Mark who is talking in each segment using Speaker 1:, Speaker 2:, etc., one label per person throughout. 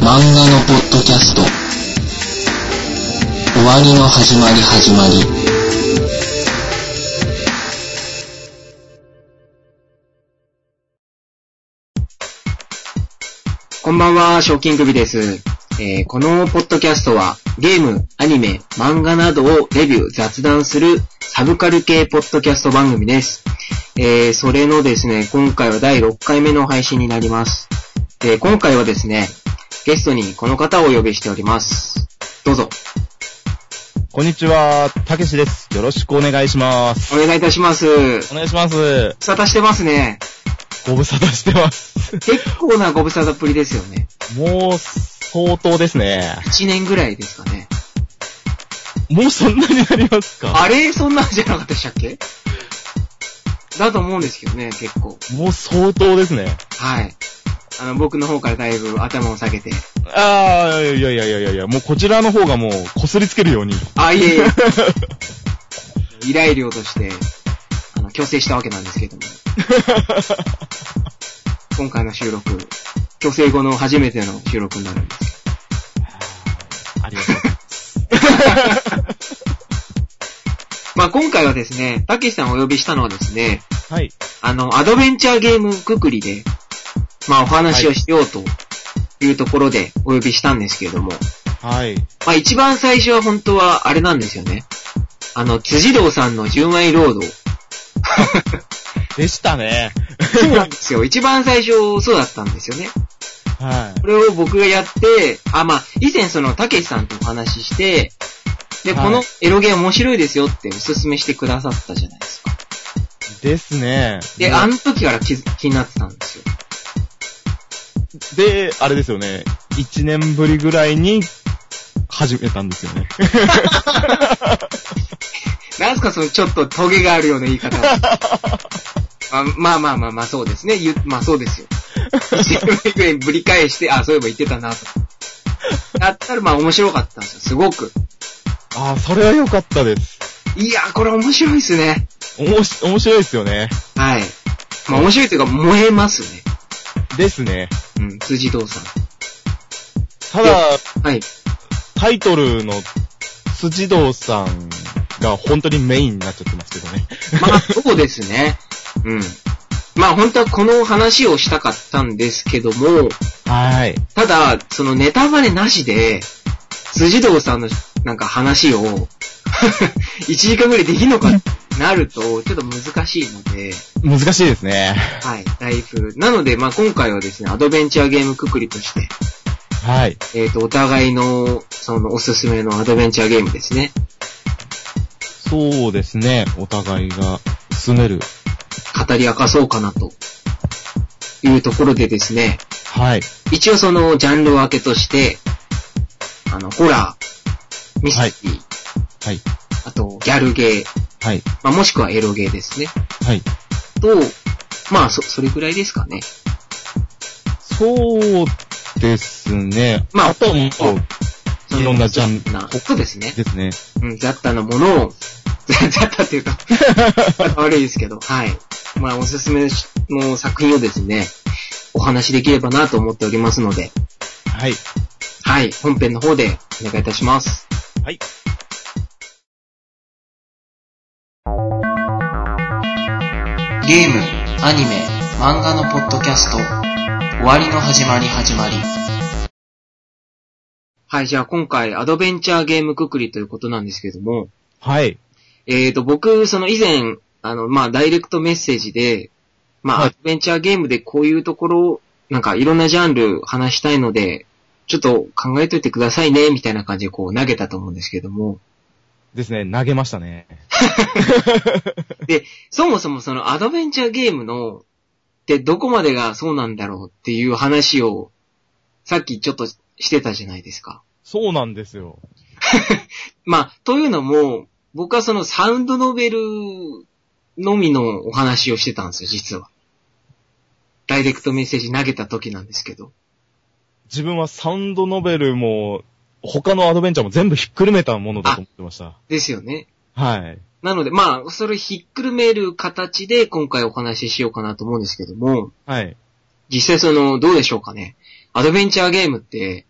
Speaker 1: 漫画のポッドキャスト終わりの始まり始まり
Speaker 2: こんばんは、賞金首です。えーこのポッドキャストは、ゲーム、アニメ、漫画などをレビュー、雑談するサブカル系ポッドキャスト番組です。えーそれのですね、今回は第6回目の配信になります。で、今回はですね、ゲストにこの方をお呼びしております。どうぞ、
Speaker 3: こんにちは、たけしです。よろしくお願いします。
Speaker 2: お願いいたします。
Speaker 3: お願いします。
Speaker 2: 沙汰してますね。
Speaker 3: ご無沙汰してます。
Speaker 2: 結構なご無沙汰っぷりですよね。
Speaker 3: もう、相当ですね。
Speaker 2: 1年ぐらいですかね。
Speaker 3: もうそんなになりますか
Speaker 2: あれそんなんじゃなかったでしたっけだと思うんですけどね、結構。
Speaker 3: もう相当ですね。
Speaker 2: はい。あの、僕の方からだいぶ頭を下げて。
Speaker 3: あー、いやいやいやいやいや、もうこちらの方がもう、こすりつけるように。
Speaker 2: あ、いえい え、依頼料として、あの、強制したわけなんですけども、今回の収録、強制後の初めての収録になるんです。
Speaker 3: ありがとうございます。
Speaker 2: まあ、今回はですね、たけしさんをお呼びしたのはですね、
Speaker 3: はい。
Speaker 2: あの、アドベンチャーゲームくくりで、まあ、お話をしようというところでお呼びしたんですけれども、
Speaker 3: はい。
Speaker 2: まあ、一番最初は本当はあれなんですよね。あの、辻堂さんの純愛ロードを
Speaker 3: でしたね。
Speaker 2: そうなんですよ。一番最初、そうだったんですよね。
Speaker 3: は
Speaker 2: これを僕がやって、あ、まあ、以前その、たけしさんとお話しして、で、
Speaker 3: はい
Speaker 2: このエロゲー面白いですよっておすすめしてくださったじゃないですか。
Speaker 3: い。ですね。
Speaker 2: で、あの時から気づ気になってたんですよ。
Speaker 3: で、あれですよね。1年ぶりぐらいに、始めたんですよね。
Speaker 2: なんすかその、ちょっとトゲがあるような言い方。 あまあまあまあまあ、そうですね。ゆまあそうですよ。一年ぐらいぶり返して、あ、そういえば言ってたなと。だったら、まあ面白かったんですよ。すごく。
Speaker 3: あー、それは良かったです。
Speaker 2: いやー、これ面白いですね。
Speaker 3: おもし、面白いですよね。
Speaker 2: はい。まあ面白いというか、燃えますね。
Speaker 3: ですね。
Speaker 2: うん、辻堂さん。
Speaker 3: ただ、
Speaker 2: はい。
Speaker 3: タイトルの辻堂さんが本当にメインになっちゃってますけどね。
Speaker 2: まあ、そうですね。うん。まあ、本当はこの話をしたかったんですけども、
Speaker 3: はい。
Speaker 2: ただ、そのネタバレなしで、辻堂さんのなんか話を、1時間ぐらいできんのかってなると、ちょっと難しいので、
Speaker 3: 難しいですね。
Speaker 2: はい、だいぶ。なので、まあ今回はですね、アドベンチャーゲームくくりとして、
Speaker 3: はい。
Speaker 2: えっ、と、お互いの、その、おすすめのアドベンチャーゲームですね。
Speaker 3: そうですね。お互いが住める。
Speaker 2: 語り明かそうかなと。いうところでですね、
Speaker 3: はい。
Speaker 2: 一応そのジャンル分けとして、あの、ホラー、ミステリー、
Speaker 3: はい。
Speaker 2: あと、ギャルゲー、
Speaker 3: はい。
Speaker 2: まあ、もしくはエロゲーですね。
Speaker 3: はい。
Speaker 2: と、まあ、そ、それぐらいですかね。
Speaker 3: そうですね。
Speaker 2: まあ
Speaker 3: あとはもう
Speaker 2: その
Speaker 3: いろんなジャンル
Speaker 2: な、そうですね。
Speaker 3: ですね。
Speaker 2: うん、雑多なものを、 雑多っていう か、悪いですけど、はい。まあ、おすすめの作品をですね、お話しできればなと思っておりますので、
Speaker 3: はい。
Speaker 2: はい、本編の方でお願いいたします。
Speaker 3: はい。
Speaker 2: ゲーム、アニメ、漫画のポッドキャスト、終わりの始まり始まり。はい、じゃあ今回、アドベンチャーゲームくくりということなんですけども、
Speaker 3: はい。
Speaker 2: えーと、僕、その以前、あの、まあ、ダイレクトメッセージで、まあ、
Speaker 3: はい
Speaker 2: アドベンチャーゲームでこういうところ、なんかいろんなジャンル話したいので、ちょっと考えといてくださいね、みたいな感じでこう投げたと思うんですけど も、
Speaker 3: ですね。投げましたね。
Speaker 2: そもそもそのアドベンチャーゲームの、ってどこまでがそうなんだろうっていう話を、さっきちょっとしてたじゃないですか。
Speaker 3: そうなんですよ。
Speaker 2: まあ、というのも、僕はそのサウンドノベルのみのお話をしてたんですよ、実は。ダイレクトメッセージ投げた時なんですけど。
Speaker 3: 自分はサウンドノベルも、他のアドベンチャーも全部ひっくるめたものだと思ってました。
Speaker 2: ですよね。
Speaker 3: はい。
Speaker 2: なので、まあ、それひっくるめる形で今回お話ししようかなと思うんですけども、
Speaker 3: はい。
Speaker 2: 実際その、どうでしょうかね。アドベンチャーゲームって、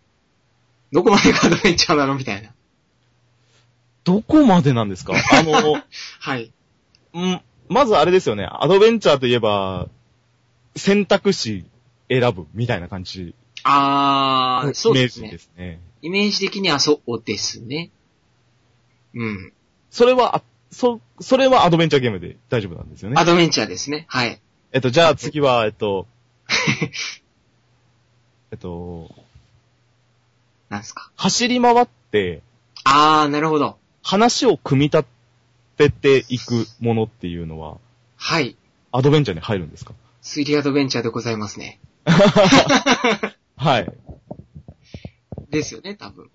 Speaker 2: どこまでがアドベンチャーなのみたいな。
Speaker 3: どこまでなんです かあの、
Speaker 2: はい。
Speaker 3: うん、まずあれですよね、アドベンチャーといえば、選択肢選ぶみたいな感じ
Speaker 2: あ
Speaker 3: のイメ
Speaker 2: ー、そうで
Speaker 3: ー
Speaker 2: す
Speaker 3: ジ
Speaker 2: ね
Speaker 3: で。すね。
Speaker 2: イメージ的にはそうですね。うん。
Speaker 3: それは、あそ、それはアドベンチャーゲームで大丈夫なんですよね
Speaker 2: ア。ドベンチャーですね。はい。
Speaker 3: えっと、じゃあ次は、えっと、えっと、
Speaker 2: なんですか。
Speaker 3: 走り回って、
Speaker 2: あー、なるほど。
Speaker 3: 話を組み立てていくものっていうのは、
Speaker 2: はい。
Speaker 3: アドベンチャーに入るんですか
Speaker 2: 推理アドベンチャーでございますね。
Speaker 3: はい。
Speaker 2: ですよね、多分。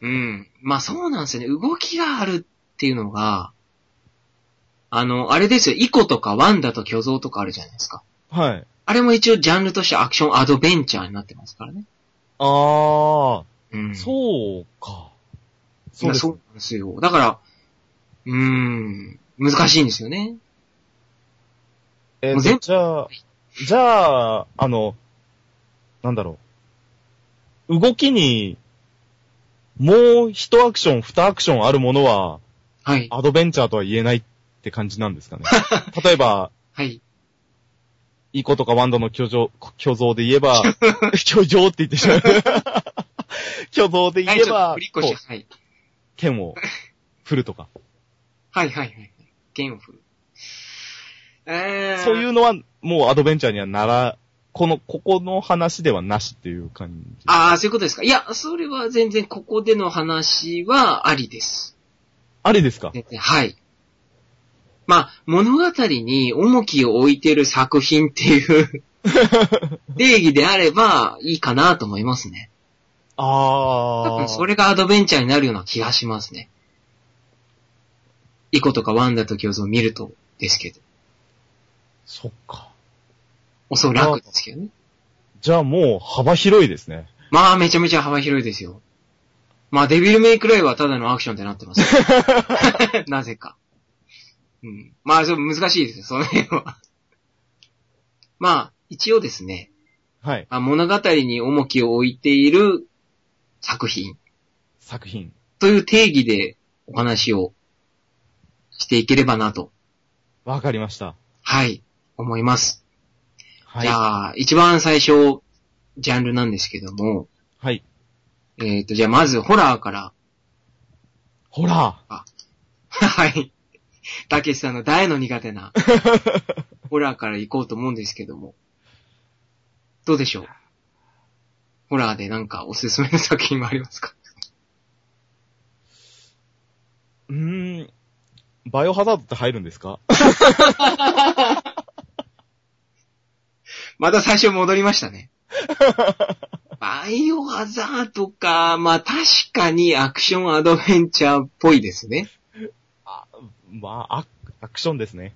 Speaker 2: うん。まあそうなんですよね。動きがあるっていうのが、あの、あれですよ。イコとかワンダと巨像とかあるじゃないですか。
Speaker 3: はい。
Speaker 2: あれも一応ジャンルとしてアクションアドベンチャーになってますからね。
Speaker 3: あー、
Speaker 2: うん。
Speaker 3: そうか。
Speaker 2: そ
Speaker 3: そう
Speaker 2: う
Speaker 3: です
Speaker 2: そうなんですよ。だから、うーん、難しいんですよね。
Speaker 3: え
Speaker 2: もう
Speaker 3: ー、
Speaker 2: 全
Speaker 3: とじゃあ、じゃあ、あの、なんだろう。動きに、もう一アクション、二アクションあるものは、
Speaker 2: はい。
Speaker 3: アドベンチャーとは言えないって感じなんで すかね。例えば、
Speaker 2: はい。
Speaker 3: イコとかワンダの巨像、巨像で言 えば、巨像って言ってしまう。巨像で言えば
Speaker 2: はい、ちょっと振り
Speaker 3: こ
Speaker 2: 越
Speaker 3: う
Speaker 2: し、はい。
Speaker 3: 剣を振る とか。
Speaker 2: はいはいはい。剣を振る。えー、
Speaker 3: そういうのは、もうアドベンチャーにはなら、この、ここの話ではなしっていう感じ。
Speaker 2: ああ、そういうことですか。いや、それは全然ここでの話はありです。
Speaker 3: あれですか
Speaker 2: 全然はい。まあ、物語に重きを置いてる作品っていう 定義であればいいかなと思いますね。多
Speaker 3: ああ。
Speaker 2: 分それがアドベンチャーになるような気がしますね。イコとかワンダと巨像を見るとですけど。
Speaker 3: そっか。
Speaker 2: おそらくですけどね。
Speaker 3: じゃあもう幅広いですね。
Speaker 2: まあ、めちゃめちゃ幅広いですよ。まあ、デビルメイクライはただのアクションってな ってます。なぜか。うん。まあ、それ難しいですよ、その辺は。まあ、一応ですね、
Speaker 3: はい。
Speaker 2: まあ物語に重きを置いている作品
Speaker 3: 作品。
Speaker 2: という定義でお話をしていければなと、
Speaker 3: わかりました。
Speaker 2: はい、思います。
Speaker 3: は
Speaker 2: じ
Speaker 3: い。
Speaker 2: ゃあ、一番最初、ジャンルなんですけども、
Speaker 3: はい。
Speaker 2: えっ、と、じゃあまずホラーから
Speaker 3: ほら。
Speaker 2: はい。たけしさんの大の苦手な、ホラーから行こうと思うんですけども。どうでしょうホラーでなんかおすすめの作品もありますか
Speaker 3: うーん。バイオハザードって入るんですか
Speaker 2: また最初戻りましたね。バイオハザードか、まあ確かにアクションアドベンチャーっぽいですね。
Speaker 3: まあ、アクアクションですね。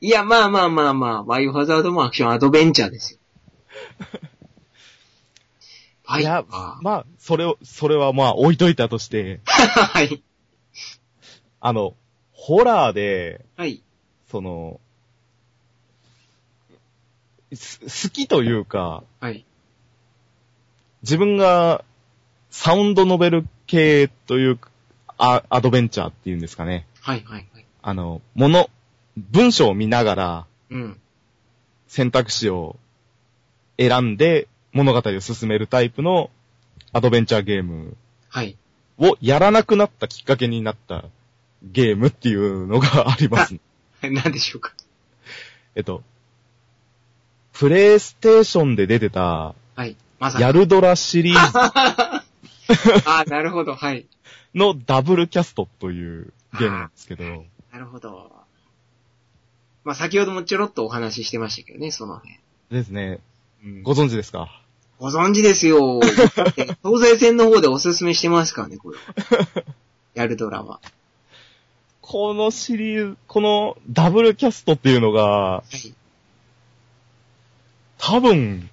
Speaker 2: いや、まあまあまあまあ、バイオハザードもアクションアドベンチャーですよ。はい。
Speaker 3: や、
Speaker 2: あ
Speaker 3: まあ、それを、それはまあ置いといたとして、
Speaker 2: はい。
Speaker 3: あの、ホラーで、
Speaker 2: はい。
Speaker 3: その、す好きというか、
Speaker 2: はい。
Speaker 3: 自分がサウンドノベル系というかあアドベンチャーっていうんですかね。
Speaker 2: はい。はい。はい。
Speaker 3: あの、もの、文章を見ながら
Speaker 2: うん。
Speaker 3: 選択肢を選んで物語を進めるタイプのアドベンチャーゲーム
Speaker 2: はい。
Speaker 3: をやらなくなったきっかけになったゲームっていうのがあります。
Speaker 2: 何でしょうか。
Speaker 3: えっと、プレイステーションで出てた
Speaker 2: はい。まさか。
Speaker 3: ヤルドラシリーズ
Speaker 2: ああ、なるほど。はい。
Speaker 3: のダブルキャストというゲームなんですけど、
Speaker 2: なるほど。まあ、先ほどもちょろっとお話ししてましたけどね、その辺。
Speaker 3: ですね。
Speaker 2: うん
Speaker 3: ご
Speaker 2: ご
Speaker 3: 存知ですか
Speaker 2: 存知ですよ。だって東西線の方でおすすめしてますからね、これは。やるドラマ。は
Speaker 3: このシリーズ、このダブルキャストっていうのが、
Speaker 2: い。
Speaker 3: 多分、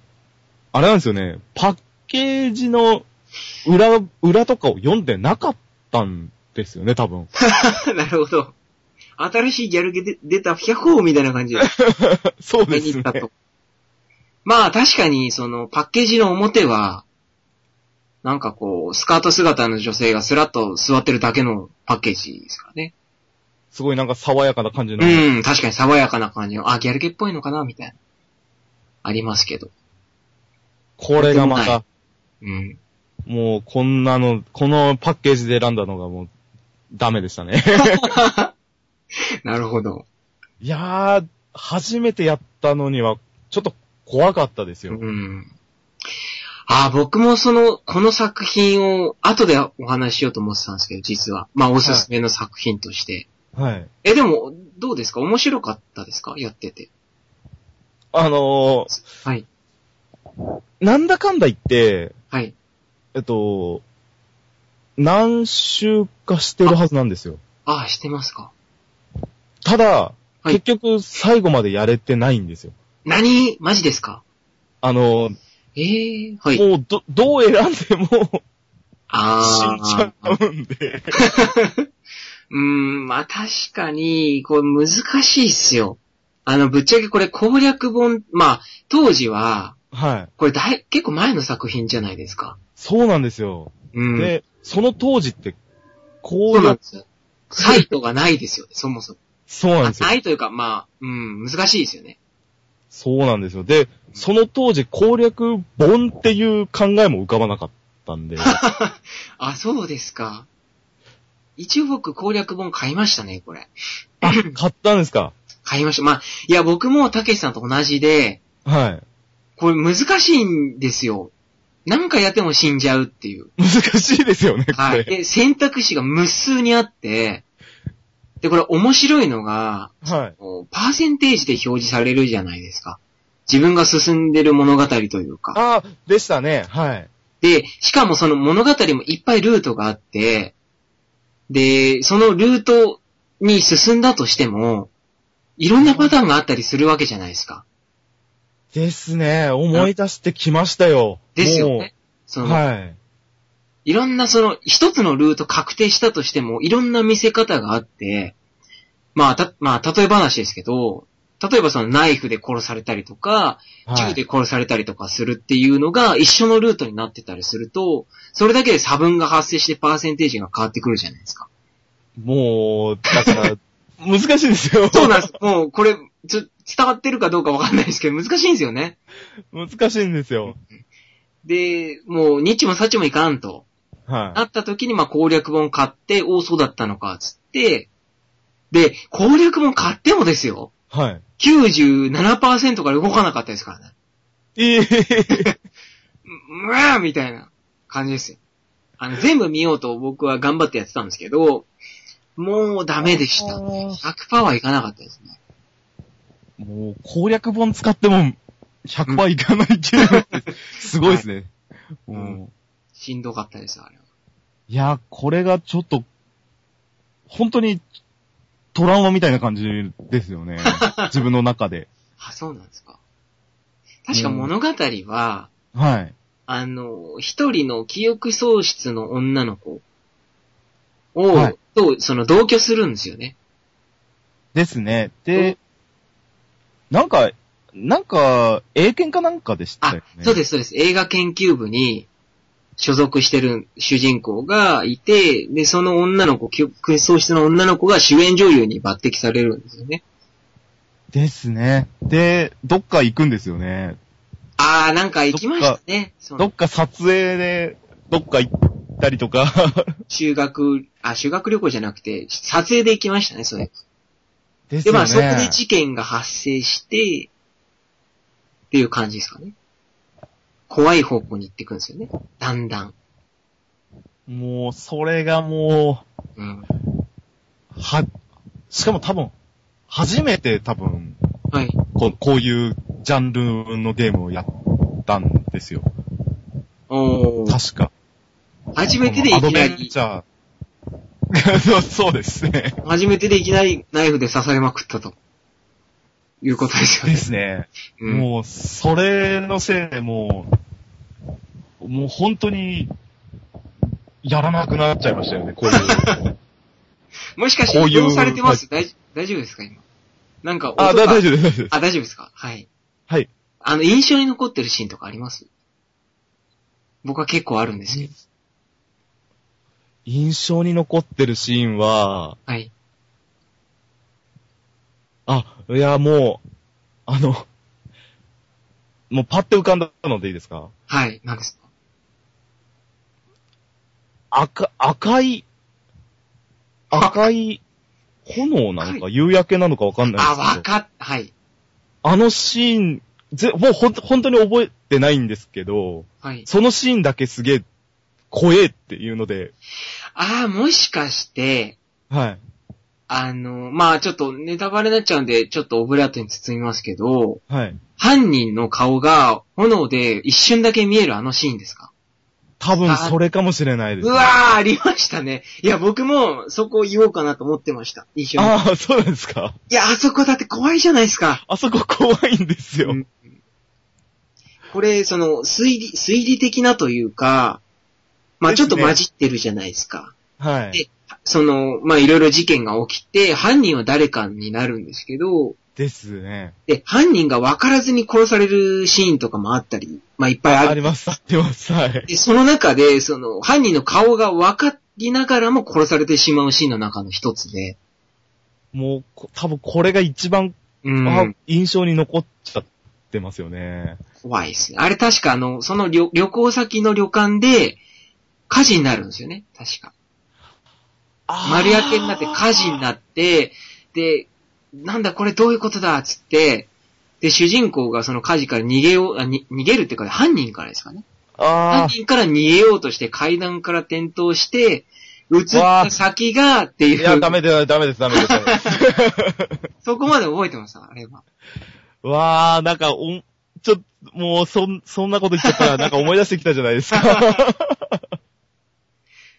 Speaker 3: あれなんですよね、パッケージの裏、裏とかを読んでなかったんですよね、多分。
Speaker 2: なるほど。新しいギャルゲで出た百宝みたいな感じで
Speaker 3: そう
Speaker 2: 目
Speaker 3: で
Speaker 2: に
Speaker 3: す
Speaker 2: 行
Speaker 3: ね
Speaker 2: った。と。まあ確かに、その、パッケージの表は、なんかこう、スカート姿の女性がスラッと座ってるだけのパッケージですからね。
Speaker 3: すごいなんか爽やかな感じの。
Speaker 2: うん、確かに爽やかな感じの、あ、ギャル系っぽいのかな、みたいな。ありますけど。
Speaker 3: これがま
Speaker 2: は
Speaker 3: た、
Speaker 2: うん。
Speaker 3: もうこんなの、このパッケージで選んだのがもう、ダメでしたね。
Speaker 2: なるほど。
Speaker 3: いやー、初めてやったのには、ちょっと怖かったです
Speaker 2: う
Speaker 3: よ。
Speaker 2: ん。あー、僕もその、この作品を後でお話ししようと思ってたんですけど、実は。まあ、おすすめの作品として。
Speaker 3: はい。
Speaker 2: え、でも、どうですか面白かったですかやってて。
Speaker 3: あのー、
Speaker 2: はい。
Speaker 3: なんだかんだ言って、
Speaker 2: はい。
Speaker 3: えっと、何周かしてるはずなんですよ。
Speaker 2: あー、してますか
Speaker 3: ただ、
Speaker 2: はい
Speaker 3: 結局最後までやれてないんですよ。
Speaker 2: 何マジですか
Speaker 3: あの、
Speaker 2: えー、はい。
Speaker 3: もうど、どう選んでも死
Speaker 2: あ
Speaker 3: ん
Speaker 2: ー
Speaker 3: じゃう んで。
Speaker 2: うーん、まあ確かに、これ難しいっすよ。あの、ぶっちゃけこれ攻略本、まあ、当時は、
Speaker 3: はい。
Speaker 2: これ大、結構前の作品じゃないですか。
Speaker 3: そうなんですよ。
Speaker 2: うん。
Speaker 3: で、その当時って、こ
Speaker 2: そう
Speaker 3: う
Speaker 2: な
Speaker 3: や
Speaker 2: んですよ。サイトがないですよね、そもそも。
Speaker 3: そうなん
Speaker 2: あ
Speaker 3: ですよ
Speaker 2: な。いというか、まあ、うん、難しいですよね。
Speaker 3: そうなんですよ。で、その当時攻略本っていう考えも浮かばなかっ たんで。
Speaker 2: あ、そうですか。一応僕攻略本買いましたね、これ。
Speaker 3: あ、買ったんですか
Speaker 2: 買いました。まあ、いや、僕もたけしさんと同じで、
Speaker 3: はい。
Speaker 2: これ難しいんですよ。何回やっても死んじゃうって いう。
Speaker 3: 難しいですよね、こ
Speaker 2: はい。
Speaker 3: れ。
Speaker 2: で、選択肢が無数にあって、で、これ面白いのが、
Speaker 3: はい。
Speaker 2: こうパーセンテージで表示されるじゃないですか。自分が進んでる物語というか。
Speaker 3: あ、でしたね。はい。
Speaker 2: で、しかもその物語もいっぱいルートがあって、で、そのルートに進んだとしても、いろんなパターンがあったりするわけじゃないですか。
Speaker 3: ですね。思い出してきましたよ。
Speaker 2: ですよ
Speaker 3: もう
Speaker 2: ね。その、
Speaker 3: はい。
Speaker 2: いろんなその、一つのルート確定したとしても、いろんな見せ方があって、まあ、た、まあ、例え話ですけど、例えばそのナイフで殺されたりとか、
Speaker 3: は
Speaker 2: 銃
Speaker 3: い。
Speaker 2: で殺されたりとかするっていうのが一緒のルートになってたりすると、それだけで差分が発生してパーセンテージが変わってくるじゃないですか。
Speaker 3: もう、だから、難しいですよ。
Speaker 2: そうなん です。もう、これ、ちょ、伝わってるかどうかわかんないですけど、難しいんですよね。
Speaker 3: 難しいんですよ。
Speaker 2: で、もう、ニッチもサッチもいかんと。
Speaker 3: は
Speaker 2: なった時に、まあ、攻略本買って、おお、そうだったのか、つって、で、攻略本買ってもですよ、
Speaker 3: い。はい。
Speaker 2: 97%から動かなかったですからね。
Speaker 3: ええ
Speaker 2: ううわーみたいな感じですよ。あの、全部見ようと僕は頑張ってやってたんですけど、もうダメでした。100%はいかなかったですね。
Speaker 3: もう、攻略本使っても、100%いかないけど、すごいですね。
Speaker 2: はい
Speaker 3: もう
Speaker 2: しんどかったです、あれは。
Speaker 3: いや、これがちょっと、本当に、トラウマみたいな感じですよ ね。自分の中で。
Speaker 2: あ、そうなんですか。確か物語は、
Speaker 3: はい。
Speaker 2: あの、一人の記憶喪失の女の子を、
Speaker 3: はい
Speaker 2: と、その同居するんですよね。
Speaker 3: ですね。で、なんか、なんか、英検かなんかでし
Speaker 2: あ、
Speaker 3: たよね。
Speaker 2: そうです、そうです。映画研究部に所属してる主人公がいて、で、その女の子、記憶喪失の女の子が主演女優に抜擢されるんですよね。
Speaker 3: ですね。で、どっか行くんですよね。
Speaker 2: あー、なんか行きましたね。そ
Speaker 3: どっ
Speaker 2: の
Speaker 3: か撮影で、どっか行ったりとか。
Speaker 2: 修学、あ、修学旅行じゃなくて、撮影で行きましたね、それ。
Speaker 3: で す
Speaker 2: で、
Speaker 3: よね。
Speaker 2: まあ、そこで事件が発生して、っていう感じですかね。怖い方向に行っていくんですよね。だんだん。
Speaker 3: もう、それがも
Speaker 2: うん。
Speaker 3: う、は、しかも多分、初めて多分、
Speaker 2: はい。
Speaker 3: こうこういうジャンルのゲームをやったんですよ。
Speaker 2: おー。
Speaker 3: 確か。
Speaker 2: 初めてでい
Speaker 3: アド
Speaker 2: きな
Speaker 3: ベン
Speaker 2: り
Speaker 3: チ、ャー。 そうそうですね。
Speaker 2: 初めてでいきなりナイフで刺されまくったと。いうことですよ
Speaker 3: で
Speaker 2: ね。
Speaker 3: すね。
Speaker 2: うん。
Speaker 3: もう、それのせいでもう、もう本当に、やらなくなっちゃいましたよね、こう いう。
Speaker 2: もしかして、
Speaker 3: こういう
Speaker 2: どうされてます大大丈夫ですか今。なんか音が、
Speaker 3: あ、だ大丈夫です、大丈夫です。
Speaker 2: あ、大丈夫ですかはい。
Speaker 3: はい。
Speaker 2: あの、印象に残ってるシーンとかあります僕は結構あるんですけど。
Speaker 3: 印象に残ってるシーンは、
Speaker 2: はい。
Speaker 3: あ、いや、もう、あの、もうパッて浮かんだのでいいですか
Speaker 2: はい。なんですか
Speaker 3: 赤、赤い、赤い炎なのか、夕焼けなのかわかんない
Speaker 2: あ、
Speaker 3: ですけ
Speaker 2: わ
Speaker 3: ど、
Speaker 2: かっ、はい。
Speaker 3: あのシーン、ぜ、もうほん、本当に覚えてないんですけど、
Speaker 2: はい。
Speaker 3: そのシーンだけすげえ、怖えっていうので、
Speaker 2: ああ、もしかして、
Speaker 3: はい。
Speaker 2: あの、まあちょっとネタバレになっちゃうんで、ちょっとオブラートに包みますけど、
Speaker 3: はい。
Speaker 2: 犯人の顔が炎で一瞬だけ見えるあのシーンですか
Speaker 3: 多分それかもしれないです、
Speaker 2: う
Speaker 3: ね。
Speaker 2: わー、ありましたね。いや、僕もそこ言おうかなと思ってました。一緒に。
Speaker 3: ああ、そうなんですか。
Speaker 2: いや、あそこだって怖いじゃないですか。
Speaker 3: あそこ怖いんですよ。
Speaker 2: うんこれ、その、推理、推理的なというか、まあ
Speaker 3: で
Speaker 2: ち
Speaker 3: す
Speaker 2: ょっ
Speaker 3: ね
Speaker 2: と混じってるじゃないですか。
Speaker 3: はい。
Speaker 2: その、まあいろいろ事件が起きて、犯人は誰かになるんですけど、
Speaker 3: ですね。
Speaker 2: で、犯人が分からずに殺されるシーンとかもあったり、まあいっぱいあ
Speaker 3: あ
Speaker 2: る。
Speaker 3: ります、あります。はい。
Speaker 2: で、その中で、その、犯人の顔が分かりながらも殺されてしまうシーンの中の一つで。
Speaker 3: もうこ、多分これが一番、
Speaker 2: うん。
Speaker 3: あ印象に残っちゃってますよね。
Speaker 2: 怖いですね。あれ確かあの、その旅旅行先の旅館で、火事になるんですよね。確か。丸焼けになって火事になって、で、なんだこれどういうことだっつって、で、主人公がその火事から逃げよう、あに逃げるっていうか、犯人からですかね。
Speaker 3: あ
Speaker 2: 犯
Speaker 3: ー
Speaker 2: 人から逃げようとして階段から転倒して、映っ
Speaker 3: わ
Speaker 2: た
Speaker 3: あ
Speaker 2: 先がって
Speaker 3: い
Speaker 2: い
Speaker 3: や、
Speaker 2: う、
Speaker 3: ダメです、ダメです、ダメですダメです。
Speaker 2: そこまで覚えてました、あれは。
Speaker 3: わー、なんか、おん、ちょ、もう、そん、そんなこと言っちゃったら、なんか思い出してきたじゃないです か。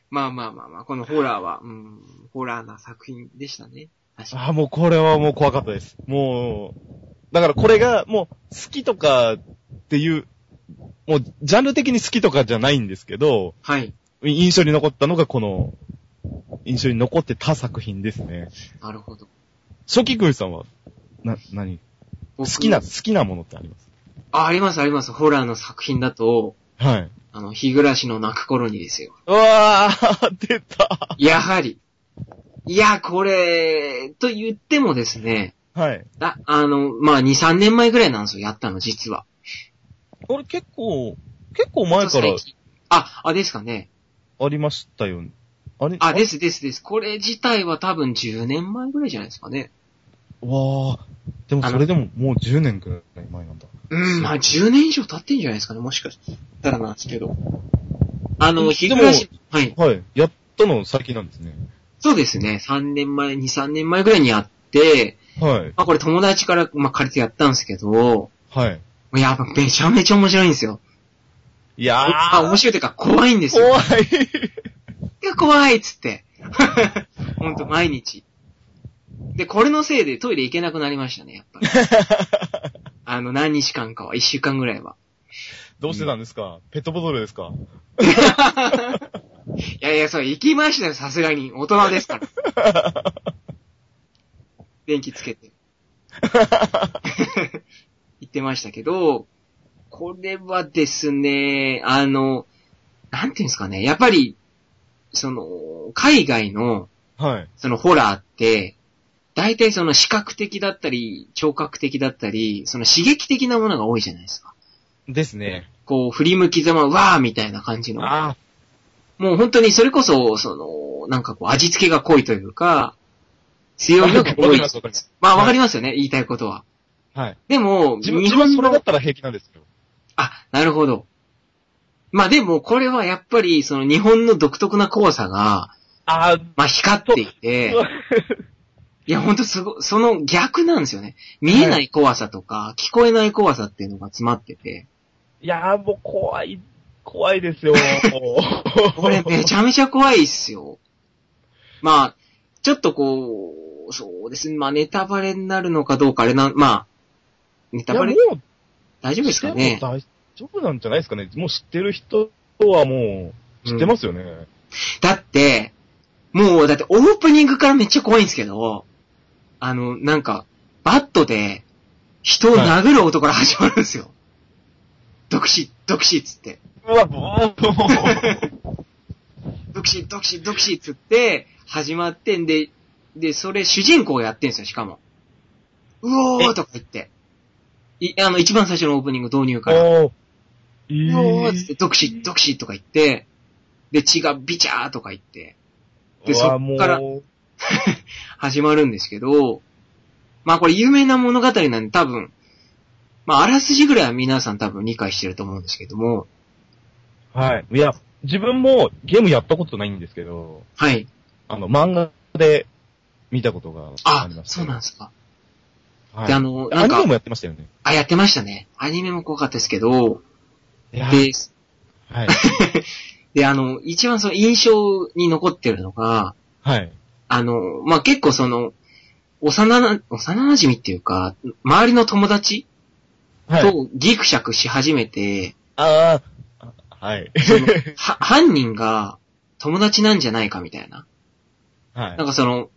Speaker 2: まあまあまあまあ、このホラーは、うん、ホラーな作品でしたね。確か
Speaker 3: あー、もうこれはもう怖かったです。もう、だからこれが、もう、好きとかっていう、もう、ジャンル的に好きとかじゃないんですけど、
Speaker 2: はい。
Speaker 3: 印象に残ったのがこの、印象に残ってた作品ですね。
Speaker 2: なるほど。
Speaker 3: 初期くんさんは、な、何好
Speaker 2: 僕
Speaker 3: きな、好きなものってあります
Speaker 2: あ、ありますあります。ホラーの作品だと、
Speaker 3: はい。
Speaker 2: あの、日暮らしの泣く頃にですよ。
Speaker 3: うわー、出た
Speaker 2: やはり。いや、これ、と言ってもですね、
Speaker 3: はい。
Speaker 2: だあの、まあ、2、3年前ぐらいなんですよ、やったの、実は。
Speaker 3: これ結構、結構前から
Speaker 2: 最近あ、あ、ですかね。
Speaker 3: ありましたよね。あれ
Speaker 2: あ、ですですです。これ自体は多分10年前ぐらいじゃないですかね。
Speaker 3: わー。でもそれでももう10年くらい前なんだ。
Speaker 2: うん、まあ、10年以上経ってんじゃないですかね、もしかしたらなんですけど。あ
Speaker 3: で
Speaker 2: の、
Speaker 3: も
Speaker 2: 日暮らし、はい。
Speaker 3: はい。やったの最近なんですね。
Speaker 2: そうですね、3年前、2、3年前ぐらいにやって、
Speaker 3: はい。
Speaker 2: まあ、これ友達から、まあ、借りてやったんですけど、
Speaker 3: はい。
Speaker 2: やっぱめちゃめちゃ面白いんですよ。
Speaker 3: いやー。
Speaker 2: あ、面白いというか怖いんですよ。
Speaker 3: 怖い。
Speaker 2: いや怖いっつって。 ほんと、毎日。で、これのせいでトイレ行けなくなりましたね、やっぱ り。あの、何日間かは、一週間ぐらいは。
Speaker 3: どうしてたんですかペットボトルですか
Speaker 2: いやいや、そう、行きましたよ、さすがに。大人ですから。電気つけて。言ってましたけど、これはですね、あの、なんていうんですかね、やっぱり、その、海外の、
Speaker 3: はい。
Speaker 2: そのホラーって、大体その視覚的だったり、聴覚的だったり、その刺激的なものが多いじゃないですか。
Speaker 3: ですね。
Speaker 2: こう、振り向きざま、わーみたいな感じの。
Speaker 3: あ
Speaker 2: もう本当にそれこそ、その、なんかこう、味付けが濃いというか、強いのが
Speaker 3: わ
Speaker 2: 多
Speaker 3: か
Speaker 2: い
Speaker 3: りま。すわかります
Speaker 2: まあわかりますよね、言いたいことは。
Speaker 3: ー。はい。
Speaker 2: でも、
Speaker 3: 自分、
Speaker 2: 日
Speaker 3: 自
Speaker 2: 本
Speaker 3: 分それだ
Speaker 2: の
Speaker 3: っ、たら平気なんですよ。
Speaker 2: あ、なるほど。まあでも、これはやっぱり、その日本の独特な怖さが、
Speaker 3: あー、
Speaker 2: まあ光っていて、いや、ほんとすご、その逆なんですよね。見えない怖さとか、聞こえない怖さっていうのが詰まってて、
Speaker 3: いやーもう怖い、怖いですよ。
Speaker 2: これめちゃめちゃ怖いっすよ。まあ、ちょっとこう、そうですね。まあ、ネタバレになるのかどうかあれな、まあ、ネタ
Speaker 3: いや
Speaker 2: バ
Speaker 3: も
Speaker 2: レ
Speaker 3: う、
Speaker 2: 大丈夫ですかね
Speaker 3: でも大丈夫なんじゃないですかね。もう知ってる人はもう、知ってますよね。
Speaker 2: だって、もう、だってオープニングからめっちゃ怖いんですけど、あの、なんか、バットで、人を殴る音から始まるんですよ。毒死、毒死っつって。
Speaker 3: ううわ、もう、
Speaker 2: ドキシドキシドキシっつって、始まってんで、で、それ主人公やってんすよ、しかも。うおーとか言って。い、あの、一番最初のオープニング導入から。う
Speaker 3: おー。え
Speaker 2: おーっつって、ドキシドキシとか言って、で、血がビチャーとか言って、でそっから
Speaker 3: もう
Speaker 2: 始まるんですけど、まあこれ有名な物語なんで多分、まああらすじぐらいは皆さん多分理解してると思うんですけども、
Speaker 3: はい。いや、自分もゲームやったことないんですけど、
Speaker 2: はい。
Speaker 3: あの、漫画で見たことがあ
Speaker 2: あ
Speaker 3: り、ます。
Speaker 2: そうなん
Speaker 3: で
Speaker 2: ですか。
Speaker 3: す。はい。
Speaker 2: で、あ
Speaker 3: あ
Speaker 2: の、
Speaker 3: の、
Speaker 2: な
Speaker 3: ア
Speaker 2: ん
Speaker 3: ニ
Speaker 2: か
Speaker 3: メ、もやってましたよね。
Speaker 2: あ、やってましたね。アニメも怖かったですけど、
Speaker 3: いや
Speaker 2: で、
Speaker 3: はい。
Speaker 2: で、あの、一番その印象に残ってるのが、
Speaker 3: はい。
Speaker 2: あの、まあ、結構その、幼な、幼馴染っていうか、周りの友達
Speaker 3: はい。
Speaker 2: とギクシャクし始めて、
Speaker 3: あーあ、はい。
Speaker 2: そ のは犯人が友達なんじゃないかみたいな。
Speaker 3: はい
Speaker 2: なん。かその、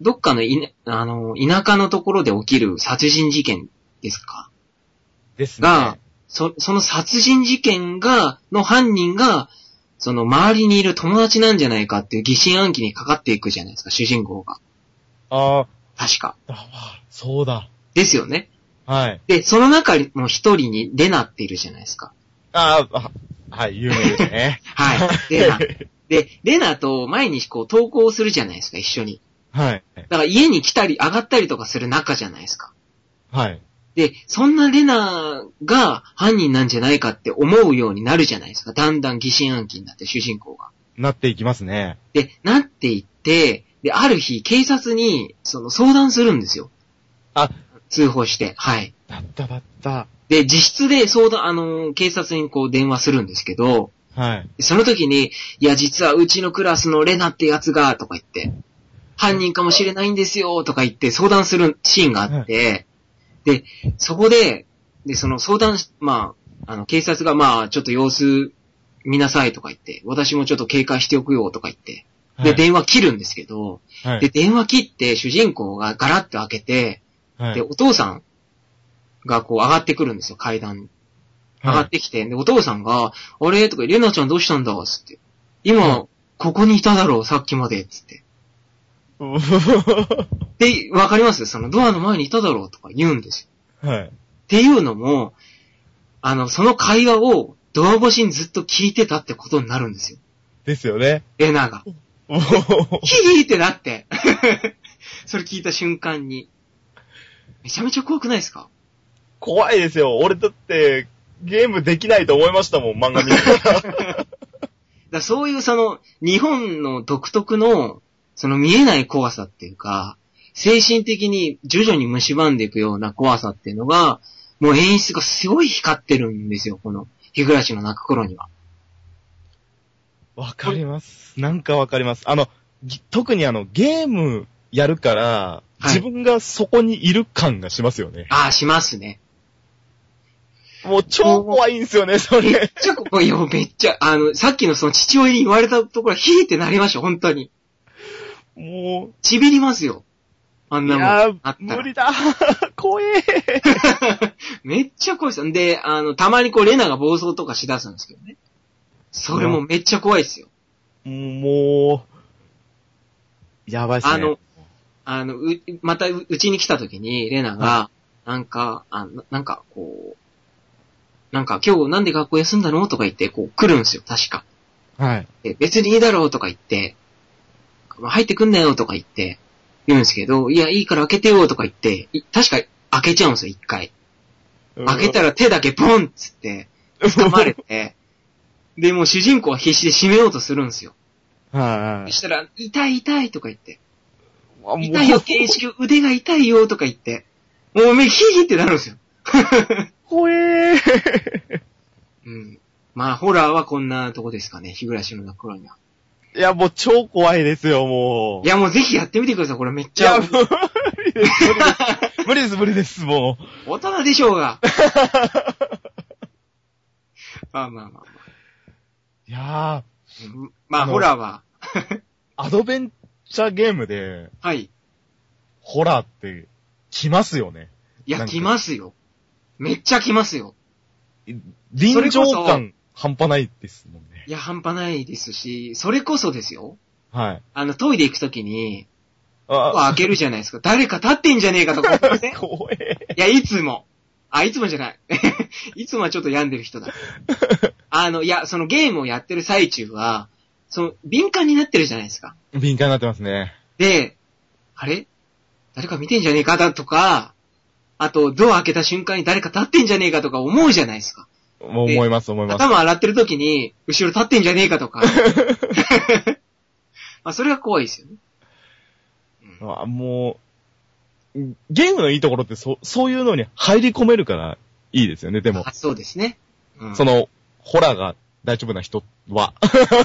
Speaker 2: どっかのいな、あの、田舎のところで起きる殺人事件ですか
Speaker 3: ですね。
Speaker 2: が、そ、その殺人事件が、の犯人が、その周りにいる友達なんじゃないかっていう疑心暗鬼にかかっていくじゃないですか、主人公が。
Speaker 3: ああ、
Speaker 2: 確か。
Speaker 3: だわ、そうだ。
Speaker 2: ですよね。
Speaker 3: はい。
Speaker 2: で、その中の一人にレナっているじゃないですか。。
Speaker 3: ああ、あはい、有名ですね
Speaker 2: はい。レナ。で、レナと毎日こう投稿するじゃないですか、一緒に。
Speaker 3: はい。
Speaker 2: だから家に来たり上がったりとかする仲じゃないですか。
Speaker 3: はい。
Speaker 2: で、そんなレナが犯人なんじゃないかって思うようになるじゃないですか。だんだん疑心暗鬼になって、主人公が。
Speaker 3: なっていきますね。
Speaker 2: で、なっていって、で、ある日、警察に、その、相談するんですよ。
Speaker 3: あ、
Speaker 2: 通報して、はい。
Speaker 3: だっただった。
Speaker 2: で、自室で相談、あのー警察にこう電話するんですけど、
Speaker 3: はい。
Speaker 2: その時に、いや、実はうちのクラスのレナってやつが、とか言って、犯人かもしれないんですよ、とか言って相談するシーンがあって、で、そこで、で、その相談し、まあ、あの、警察が、まあ、ちょっと様子見なさいとか言って、私もちょっと警戒しておくよ、とか言って、
Speaker 3: は
Speaker 2: で、
Speaker 3: い
Speaker 2: 電話切るんですけど、
Speaker 3: はい
Speaker 2: で、電話切って主人公がガラッと開けて、
Speaker 3: は
Speaker 2: で、
Speaker 3: い
Speaker 2: お父さんがこう上がってくるんですよ、階段に。上が
Speaker 3: は
Speaker 2: っ
Speaker 3: い
Speaker 2: てきて、で、お父さんが、あれとか、レナちゃんどうしたんだつって。今、ここにいただろう、さっきまで。つって。で、わかりますそのドアの前にいただろうとか言うんですよ。
Speaker 3: はい。
Speaker 2: っていうのも、あの、その会話をドア越しにずっと聞いてたってことになるんですよ。
Speaker 3: ですよね。
Speaker 2: レナが。
Speaker 3: おー
Speaker 2: ヒーってなって。 それ聞いた瞬間に。めちゃめちゃ怖くないですか
Speaker 3: 怖いですよ。俺だって、ゲームできないと思いましたもん、漫画見て。
Speaker 2: だからそういうその、日本の独特の、その見えない怖さっていうか、精神的に徐々に蝕んでいくような怖さっていうのが、もう演出がすごい光ってるんですよ、この、日暮らしの泣く頃には。
Speaker 3: わかります。なんかわかります。あの、ぎ特にあの、ゲームやるから、
Speaker 2: い
Speaker 3: 自分がそこにいる感がしますよね。
Speaker 2: ああ、しますね。
Speaker 3: もう超怖いんですよね、それ。
Speaker 2: ちょ、こいや、めっちゃ、あの、さっきのその父親に言われたところ、ヒーってなりました、本当に。
Speaker 3: も
Speaker 2: ちびりますよ。あ
Speaker 3: う、
Speaker 2: ん
Speaker 3: い
Speaker 2: なもん。
Speaker 3: や
Speaker 2: あっ
Speaker 3: ー、
Speaker 2: たら
Speaker 3: 無理だ。 怖え。
Speaker 2: めっちゃ怖いですよ。で、あの、たまにこう、レナが暴走とかしだすんですけどね。それもめっちゃ怖いですよ。
Speaker 3: もう、やばいっすね。
Speaker 2: あの、あの、う、またう、うちに来た時に、レナが、なんか、あななんか、こう、なんか、今日なんで学校休んだのとか言って、こう、来るんですよ、確か。
Speaker 3: はい。
Speaker 2: で別にいいだろうとか言って、まあ入ってくんなよとか言って、言うんですけど、いや、いいから開けてよとか言って、い確か開けちゃうんですよ、一回。開けたら手だけポンっつ って、掴まれて、で、もう主人公は必死で閉めようとするんですよ。
Speaker 3: はいは
Speaker 2: そ
Speaker 3: い。
Speaker 2: したら、痛い痛いとか言って、
Speaker 3: あもう
Speaker 2: 痛いよ、刑事腕が痛いよ、とか言って。もうおめえ、ヒーヒーってなるんですよ。
Speaker 3: 怖え
Speaker 2: うん。まあ、ホラーはこんなとこですかね、日暮らしの頃には。
Speaker 3: いや、もう超怖いですよ、もう。
Speaker 2: いや、もうぜひやってみてください、これめっ
Speaker 3: い
Speaker 2: ちゃ
Speaker 3: や、。無理です、無理です、無理です、もう。
Speaker 2: 大人でしょう が。まあまあまあま
Speaker 3: いや
Speaker 2: あ。うんまあ、
Speaker 3: あの
Speaker 2: ホラーは。
Speaker 3: ー、アドベンチャーゲームで、
Speaker 2: はい。
Speaker 3: ホラーって、来ますよね。
Speaker 2: いや、
Speaker 3: なんか
Speaker 2: 来ますよ。めっちゃ来ますよ。
Speaker 3: 臨場感。半端ないですもんね。
Speaker 2: いや、半端ないですし、それこそですよ。
Speaker 3: はい。
Speaker 2: あの、トイレ行くときに、ドア
Speaker 3: あ、
Speaker 2: 開けるじゃないですか。誰か立ってんじゃねえかとか思いませんい
Speaker 3: 怖え。
Speaker 2: や、いつも。あ、いつもじゃない。 いつもはちょっと病んでる人 だ。あの、いや、そのゲームをやってる最中は、その、敏感になってるじゃないですか。
Speaker 3: 敏感になってますね。
Speaker 2: で、あれ誰か見てんじゃねえかだとか、あと、ドア開けた瞬間に誰か立ってんじゃねえかとか思うじゃないですか。
Speaker 3: もう思います、思います。
Speaker 2: 頭洗ってる時に、後ろ立ってんじゃねえか とか。 まあ、それが怖いですよね。うん
Speaker 3: あもう、ゲームのいいところってそ、そういうのに入り込めるからいいですよね、でも。
Speaker 2: あそうですね。うん
Speaker 3: その、ホラーが大丈夫な人は。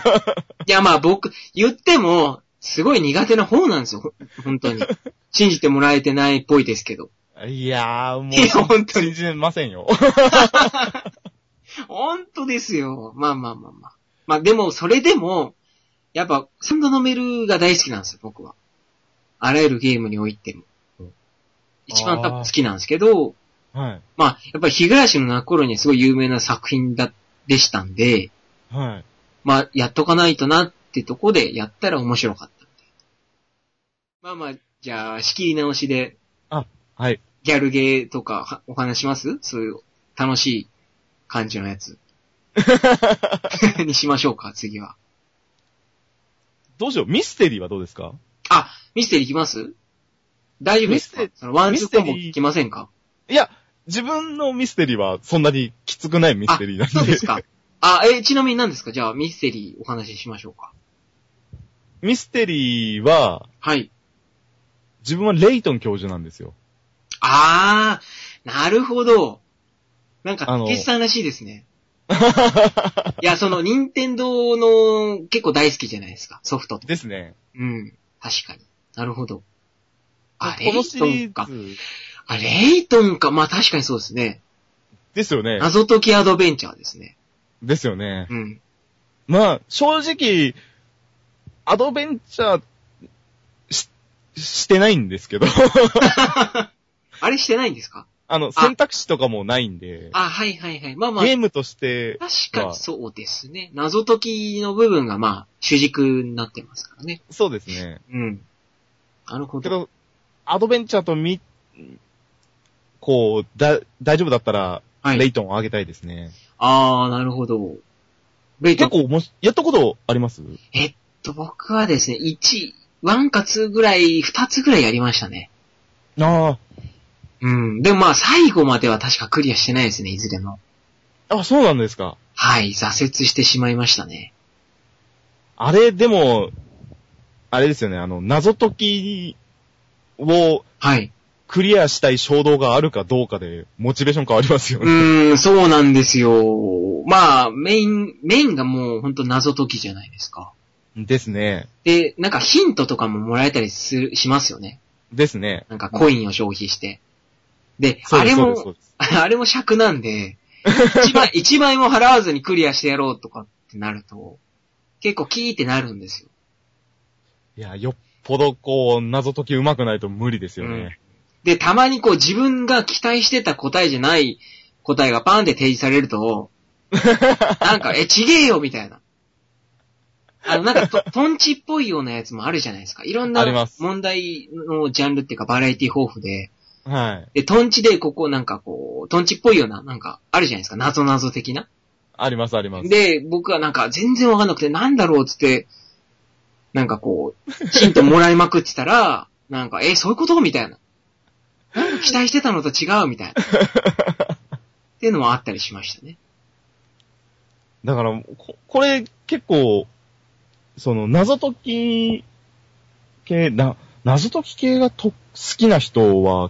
Speaker 2: いや、まあ僕、言っても、すごい苦手な方なんですよ。ほ本当に。信じてもらえてないっぽいですけど。
Speaker 3: いやー、もう、
Speaker 2: いや本当に
Speaker 3: 信じませんよ。
Speaker 2: 本当ですよ。まあまあまあまあ。まあでも、それでも、やっぱ、サンドのメルが大好きなんですよ、僕は。あらゆるゲームにおいても
Speaker 3: うん。
Speaker 2: 一番多分好きなんですけど、
Speaker 3: はい。
Speaker 2: まあ、やっぱり日暮らしの泣く頃にはすごい有名な作品だ、でしたんで、
Speaker 3: はい。
Speaker 2: まあ、やっとかないとなってとこでやったら面白かったんで。まあまあ、じゃあ、仕切り直しで、
Speaker 3: はい。
Speaker 2: ギャルゲーとかはお話しますそういう楽しい感じのや つ。にしましょうか、次は。
Speaker 3: どうしよう、ミステリーはどうですか
Speaker 2: あ、ミステリーいきます大丈夫です
Speaker 3: ミス
Speaker 2: かそのワンツーコンボ
Speaker 3: ミステリー
Speaker 2: いきませんか
Speaker 3: いや、自分のミステリーはそんなにきつくないミステリーなん
Speaker 2: あ
Speaker 3: で。
Speaker 2: そうですか。あ、え、ちなみに何ですかじゃあ、ミステリーお話ししましょうか。
Speaker 3: ミステリーは、
Speaker 2: はい。
Speaker 3: 自分はレイトン教授なんですよ。
Speaker 2: あー、なるほど。なんか、
Speaker 3: あの
Speaker 2: テさんらしいですね。いや、その、任天堂の結構大好きじゃない ですか、ソフトって。
Speaker 3: ですね。
Speaker 2: うん。確かに。なるほど。あ、レ
Speaker 3: この
Speaker 2: イ
Speaker 3: シ
Speaker 2: ト
Speaker 3: リ
Speaker 2: ンか。
Speaker 3: ーズ
Speaker 2: あ、レイトンか。まあ確かにそうですね。
Speaker 3: ですよね。
Speaker 2: 謎解きアドベンチャーですね。
Speaker 3: ですよね。
Speaker 2: うん。
Speaker 3: まあ、正直、アドベンチャーし、してないんですけど、
Speaker 2: あれしてないんですか
Speaker 3: あの、選択肢とかもないんで、
Speaker 2: あ、はいはいはい。まあまあ
Speaker 3: ゲ、ームとして、
Speaker 2: 確かにそうですね。謎解きの部分がまあ主軸になってますからね。
Speaker 3: そうですね。
Speaker 2: うん。なるほ
Speaker 3: け
Speaker 2: ど。
Speaker 3: ど、アドベンチャーとみ、こう、だ、大丈夫だったら、
Speaker 2: は
Speaker 3: レ
Speaker 2: い。
Speaker 3: イトンをあげたいですね。
Speaker 2: あー、なるほど。レイトン
Speaker 3: 結構おもし、やったことあります
Speaker 2: えっと、僕はですね、1、1か2ぐらい、2つぐらいやりましたね。
Speaker 3: あ
Speaker 2: うん。でもまあ、最後までは確かクリアしてないですね、いずれも。
Speaker 3: あ、あ、そうなんですか。
Speaker 2: はい、挫折してしまいましたね。
Speaker 3: あれ、でも、あれですよね、あの、謎解きを
Speaker 2: はい。
Speaker 3: クリアしたい衝動があるかどうかで、モチベーション変わりますよ
Speaker 2: う
Speaker 3: ね。
Speaker 2: ーん、そうなんですよ。まあ、メイン、メインがもうほんと謎解きじゃないですか。
Speaker 3: ですね。
Speaker 2: で、なんかヒントとかももらえたりする、しますよね。
Speaker 3: ですね。
Speaker 2: なんかコインを消費して。で、
Speaker 3: そう
Speaker 2: あ
Speaker 3: で
Speaker 2: れ
Speaker 3: す、そうです、そ
Speaker 2: も
Speaker 3: う、です。
Speaker 2: あれも尺なんで、 一枚、一枚も払わずにクリアしてやろうとかってなると、結構キーってなるんですよ。
Speaker 3: いや、よっぽどこう、謎解き上手くないと無理ですよね。
Speaker 2: で、たまにこう自分が期待してた答えじゃない答えがパーンって提示されると、なんか、え、ちげえよみたいな。あの、なんかと、 トンチっぽいようなやつもあるじゃないですか。いろんな
Speaker 3: あります
Speaker 2: 問題のジャンルっていうかバラエティ豊富で、
Speaker 3: はい。
Speaker 2: で、トンチでここなんかこう、トンチっぽいような、なんか、あるじゃないですか。謎謎的な。
Speaker 3: あります、あります。
Speaker 2: で、僕はなんか全然わかんなくて、なんだろうっつって、なんかこう、ヒントもらいまくってたら、 なんか、え、そういうことみたいな。なんか期待してたのと違うみ たいな。っていうのもあったりしましたね。
Speaker 3: だからこ、これ結構、その、謎解き系、な、謎解き系がと好きな人は、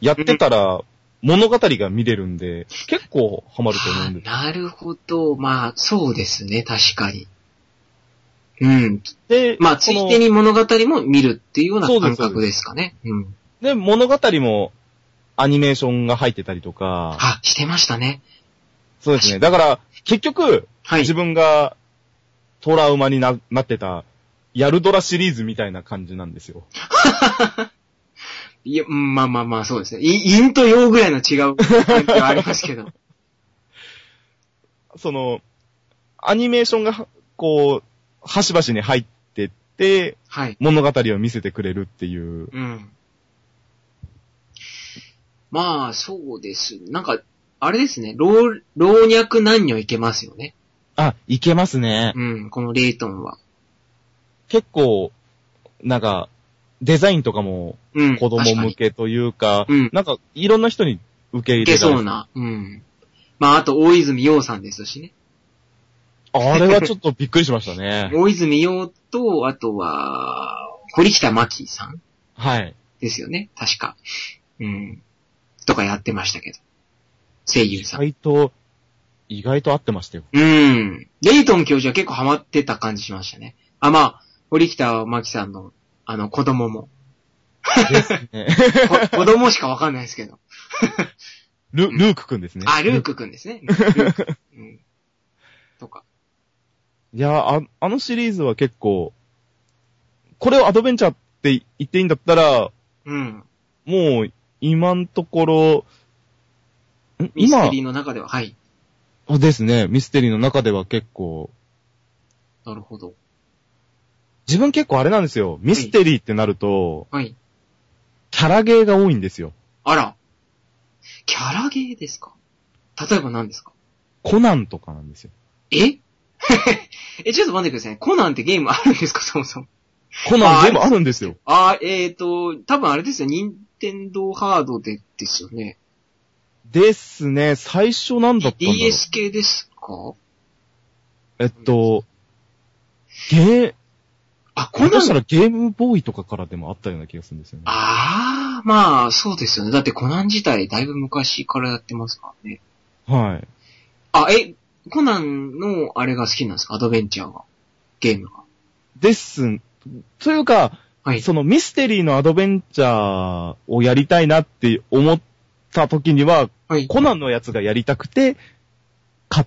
Speaker 3: やってたら物語が見れるんで、結構ハマると思うんです。
Speaker 2: なるほど。まあ、そうですね。確かに。うん。
Speaker 3: で、
Speaker 2: まあ、つ
Speaker 3: この
Speaker 2: いでに物語も見るっていうような
Speaker 3: そうで
Speaker 2: 感
Speaker 3: す
Speaker 2: 覚ですかね。うん。
Speaker 3: で、物語もアニメーションが入ってたりとか、
Speaker 2: あ、してましたね。
Speaker 3: そうですね。だから、結局、
Speaker 2: はい。
Speaker 3: 自分がトラウマにななってた、ヤルドラシリーズみたいな感じなんですよ。
Speaker 2: いや、うんまあまあまあ、そうですね。い陰と陽ぐらいの違う感じはありますけど。
Speaker 3: その、アニメーションが、こう、端々に入ってって、
Speaker 2: はい。
Speaker 3: 物語を見せてくれるっていう。
Speaker 2: うん。まあ、そうです。なんか、あれですね、老、老若男女いけますよね。
Speaker 3: あ、いけますね。
Speaker 2: うん、このレイトンは。
Speaker 3: 結構、なんか、デザインとかも
Speaker 2: うん。
Speaker 3: 子供
Speaker 2: 確かに
Speaker 3: 向けというか、
Speaker 2: うん
Speaker 3: なんか、いろんな人に受け入
Speaker 2: い
Speaker 3: れら
Speaker 2: け
Speaker 3: れ
Speaker 2: そうな。うん。まあ、あと、大泉洋さんですしね。
Speaker 3: あれはちょっとびっくりしました ね。
Speaker 2: 大泉洋と、あとは、堀北真希さん
Speaker 3: はい。
Speaker 2: ですよね。確か。うん。とかやってましたけど。声優さん。
Speaker 3: 意外と、意外と合ってましたよ。
Speaker 2: うん。レイトン教授は結構ハマってた感じしましたね。あ、まあ、堀北真希さんの、あの、子供も。
Speaker 3: ね
Speaker 2: こ子供しかわかんないですけど。
Speaker 3: ル、ルークくんですね。
Speaker 2: あ、ルー
Speaker 3: ク。
Speaker 2: クくんですね。ルーク。うん。とか。
Speaker 3: いやあ、あのシリーズは結構、これをアドベンチャーって言っていいんだったら、
Speaker 2: うん。
Speaker 3: もう、今のところ、ん
Speaker 2: ミステ
Speaker 3: 今
Speaker 2: リーの中では、はい。
Speaker 3: ですね、ミステリーの中では結構、
Speaker 2: なるほど。
Speaker 3: 自分結構あれなんですよ。ミステリーってなると、
Speaker 2: はい。
Speaker 3: キャラゲーが多いんですよ。
Speaker 2: あら。キャラゲーですか例えば何ですか
Speaker 3: コナンとかなんですよ。
Speaker 2: え え、ちょっと待ってください。コナンってゲームあるんですかそもそも。
Speaker 3: コナン全部あるんですよ。
Speaker 2: あーえっ、と、多分あれですよ。任天堂ハードでですよね。
Speaker 3: ですね、最初なんだったんだろう
Speaker 2: DS 系ですか
Speaker 3: えっと、ゲー、
Speaker 2: あ、コ
Speaker 3: こ
Speaker 2: ナ
Speaker 3: とした
Speaker 2: ン。
Speaker 3: らゲームボーイとかからでもあったような気がするんですよね。
Speaker 2: ああ、まあ、そうですよね。だってコナン自体だいぶ昔からやってますからね。
Speaker 3: はい。
Speaker 2: あ、え、コナンのあれが好きなんですかアドベンチャーが。ゲームが。
Speaker 3: です。というか、
Speaker 2: はい。
Speaker 3: そのミステリーのアドベンチャーをやりたいなって思った時には、
Speaker 2: はい。
Speaker 3: コナンのやつがやりたくて、買っ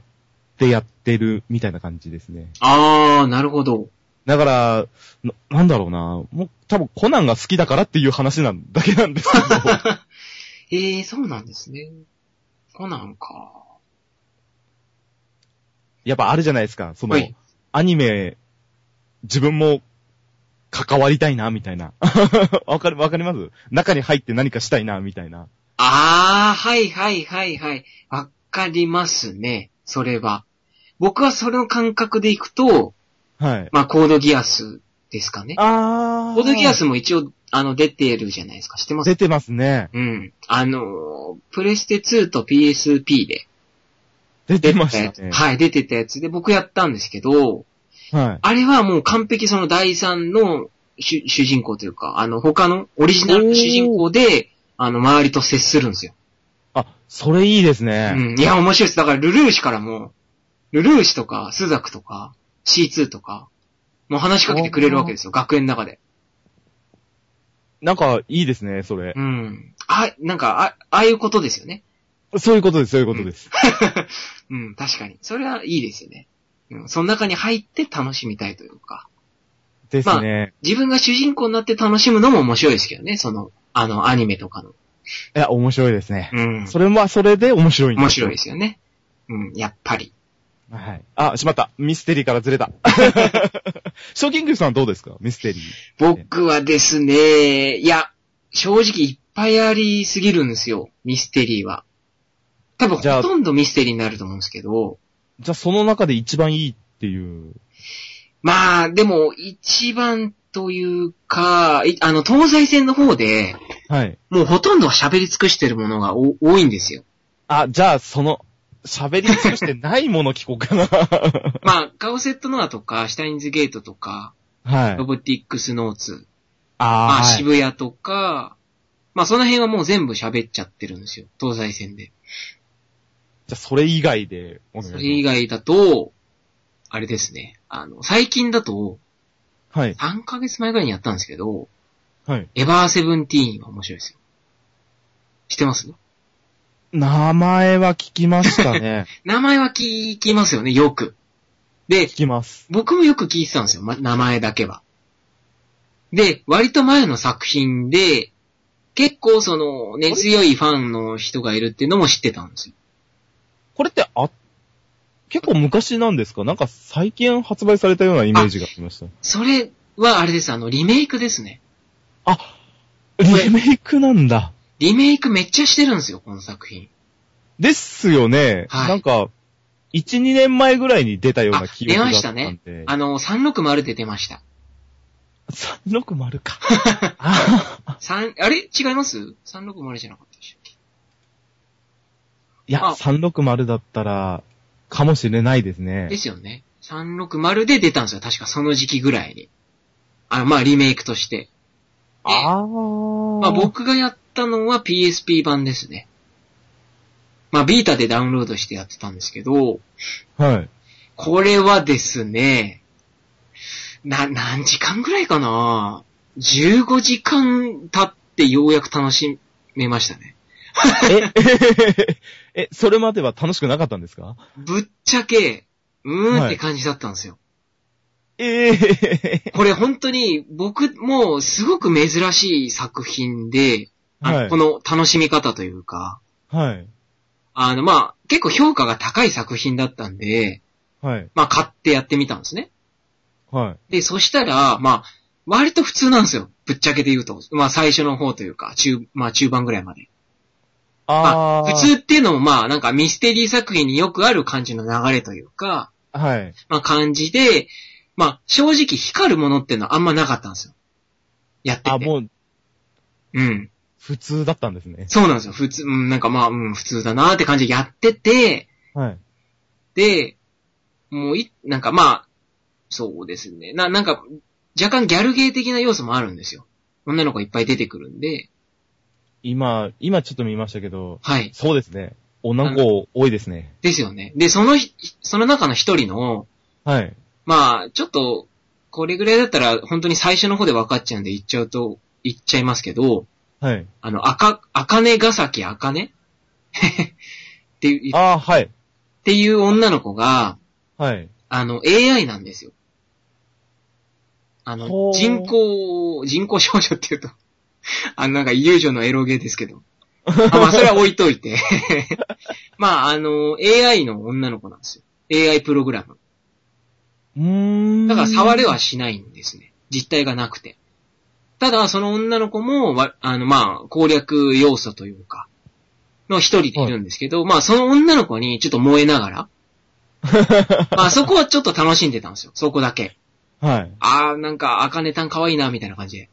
Speaker 3: てやってるみたいな感じですね。
Speaker 2: ああ、なるほど。
Speaker 3: だから、ななんだろうな。もう多分コナンが好きだからっていう話なんだけなん ですけど。
Speaker 2: ええー、そうなんですね。コナンか。
Speaker 3: やっぱあるじゃないですか。その、
Speaker 2: はい
Speaker 3: アニメ、自分も関わりたいな、みたいな。 わかる、わかります中に入って何かしたいな、みたいな。
Speaker 2: ああ、はいはいはいはい。わかりますね。それは。僕はそれの感覚でいくと、
Speaker 3: はい。
Speaker 2: まあ、コードギアスですかね。
Speaker 3: あ
Speaker 2: コードギアスも一応、あの、出てるじゃないですか。知ってます
Speaker 3: 出てますね。
Speaker 2: うん。あのー、プレステ2と PSP で
Speaker 3: 出
Speaker 2: 出
Speaker 3: て
Speaker 2: て
Speaker 3: ま
Speaker 2: たや
Speaker 3: し
Speaker 2: つ、
Speaker 3: たね。
Speaker 2: はい、出てたやつで僕やったんですけど、
Speaker 3: はい。
Speaker 2: あれはもう完璧その第3の主主人公というか、あの、他のオリジナルの主人公で、あの、周りと接するんですよ。
Speaker 3: あ、それいいです
Speaker 2: う
Speaker 3: ね。
Speaker 2: ん。いや、面白いです。だから、ルルーシュからも、ルルーシュとか、スザクとか、C2 とか、もう話しかけてくれるわけですよ。学園の中で。
Speaker 3: なんか、いいですね、それ
Speaker 2: う。ん。あ、なんか、あ、ああいうことですよね。
Speaker 3: そういうことです、そういうことです。
Speaker 2: うん、確かに。それはいいですよね。うん。その中に入って楽しみたいというか。
Speaker 3: ですね。
Speaker 2: 自分が主人公になって楽しむのも面白いですけどね。その、あの、アニメとかの。
Speaker 3: いや、面白いですね。
Speaker 2: うん。
Speaker 3: それはそれで面白いんです
Speaker 2: 面白いで
Speaker 3: い。
Speaker 2: すよね。うん、やっぱり。
Speaker 3: はい。あ、しまった。ミステリーからずれ た。ショーキングさんはどうですかミステリー。
Speaker 2: 僕はですね、いや、正直いっぱいありすぎるんですよ。ミステリーは。多分ほ
Speaker 3: じゃあ
Speaker 2: とんどミステリーになると思うんですけど。
Speaker 3: じゃあその中で一番いいっていう。
Speaker 2: まあ、でも、一番というか、いあの、東西線の方で、
Speaker 3: はい。
Speaker 2: もうほとんど喋り尽くしてるものがお多いんですよ。
Speaker 3: あ、じゃあその、喋り尽くしてないもの聞こうかな。
Speaker 2: まあ、カオセットノアとか、シュタインズゲートとか、
Speaker 3: はい
Speaker 2: ロ。ボティックスノーツ、ま
Speaker 3: あ
Speaker 2: あ、
Speaker 3: ー、はい、
Speaker 2: 渋谷とか、まあ、その辺はもう全部喋っちゃってるんですよ。東西線で。
Speaker 3: じゃあそれ以外でお願いします。
Speaker 2: それ以外だと、あれですね。あの、最近だと、
Speaker 3: はい。
Speaker 2: 3ヶ月前ぐらいにやったんですけど、
Speaker 3: はい。
Speaker 2: エバーセブンティーンは面白いですよ。知ってます
Speaker 3: 名前は聞きましたね。
Speaker 2: 名前は聞きますよね、よく。で
Speaker 3: 聞、きます。
Speaker 2: 僕もよく聞いてたんですよ、ま、名前だけは。で、割と前の作品で、結構その、根強いファンの人がいるっていうのも知ってたんですよ。
Speaker 3: これってあ、結構昔なんですかなんか最近発売されたようなイメージがありました。
Speaker 2: それはあれです、あの、リメイクですね。
Speaker 3: あ、リメイクなんだ。
Speaker 2: リメイクめっちゃしてるんですよ、この作品。
Speaker 3: ですよね。
Speaker 2: はい
Speaker 3: なんか、1、2年前ぐらいに出たような記憶
Speaker 2: あ
Speaker 3: があ
Speaker 2: 出ま
Speaker 3: っ
Speaker 2: したた
Speaker 3: ん
Speaker 2: ね
Speaker 3: で。
Speaker 2: あの、360で出ました。
Speaker 3: 360か。 あー
Speaker 2: 三あれ違います ?360 じゃなかったでしょ
Speaker 3: いや、
Speaker 2: あ
Speaker 3: 360だったら、かもしれないですね
Speaker 2: で。すよね。360で出たんですよ、確かその時期ぐらいに。あまあ、リメイクとして。
Speaker 3: ああ。
Speaker 2: ま
Speaker 3: ま
Speaker 2: あ、僕がやったのは PSP 版ですね。まあ、ビータでダウンロードしてやってたんですけど、
Speaker 3: はい。
Speaker 2: これはですね、な、何時間ぐらいかな ?15 時間経ってようやく楽しめましたね。
Speaker 3: え、え、それまでは楽しくなかったんですか
Speaker 2: ぶっちゃけ、うーんっ
Speaker 3: は
Speaker 2: て
Speaker 3: い
Speaker 2: 感じだったんですよ。
Speaker 3: え え
Speaker 2: これ本当に僕もすごく珍しい作品で、あの
Speaker 3: はい
Speaker 2: この楽しみ方というか、
Speaker 3: はい。
Speaker 2: あのまあ結構評価が高い作品だったんで、
Speaker 3: はい。
Speaker 2: まあ買ってやってみたんですね。
Speaker 3: は
Speaker 2: で、そしたら、まあ割と普通なんですよ。ぶっちゃけて言うと。まあ最初の方というか、中、まあ中盤ぐらいまで。
Speaker 3: い。
Speaker 2: ま
Speaker 3: あ
Speaker 2: あ
Speaker 3: あ。
Speaker 2: 普通っていうのもまあなんかミステリー作品によくある感じの流れというか、
Speaker 3: はい。
Speaker 2: まあ感じで、まあ正直光るものっていうのはあんまなかったんですよ。やってて。
Speaker 3: あ、もう、
Speaker 2: うん。
Speaker 3: 普通だったんですね。
Speaker 2: そうなんですよ。普通、うん、なんかまあ、うん、普通だなーって感じでやってて、
Speaker 3: はい。
Speaker 2: で、もうい、なんかまあ、そうですね。な、なんか、若干ギャルゲー的な要素もあるんですよ。女の子がいっぱい出てくるんで、
Speaker 3: 今、今ちょっと見ましたけど、
Speaker 2: はい。
Speaker 3: そうですね。女の子多いですね。
Speaker 2: ですよね。で、そのひ、その中の一人の、
Speaker 3: はい。
Speaker 2: まあ、ちょっと、これぐらいだったら、本当に最初の方で分かっちゃうんで言っちゃうと、言っちゃいますけど、
Speaker 3: はい。
Speaker 2: あの、赤、赤根ヶ崎赤 根っていう、っ
Speaker 3: ああ、はい。
Speaker 2: ていう女の子が、
Speaker 3: はい。
Speaker 2: あの、AI なんですよ。あの、
Speaker 3: ほう
Speaker 2: 人工、人工少女って言うと、 あの、なんか友情のエロゲーですけど。あまあ、それは置いといて。 まあ、あの、AI の女の子なんですよ。AI プログラム。
Speaker 3: うーん。
Speaker 2: だから触 れはしないんですね。実体がなくて。ただ、その女の子も、わあの、まあ、攻略要素というか、の一人でいるんですけど、まあ、その女の子にちょっと燃えながら、まあ、そこはちょっと楽しんでたんですよ。そこだけ。
Speaker 3: はい。
Speaker 2: あー、なんか、赤ネタン可愛いな、みたいな感じで。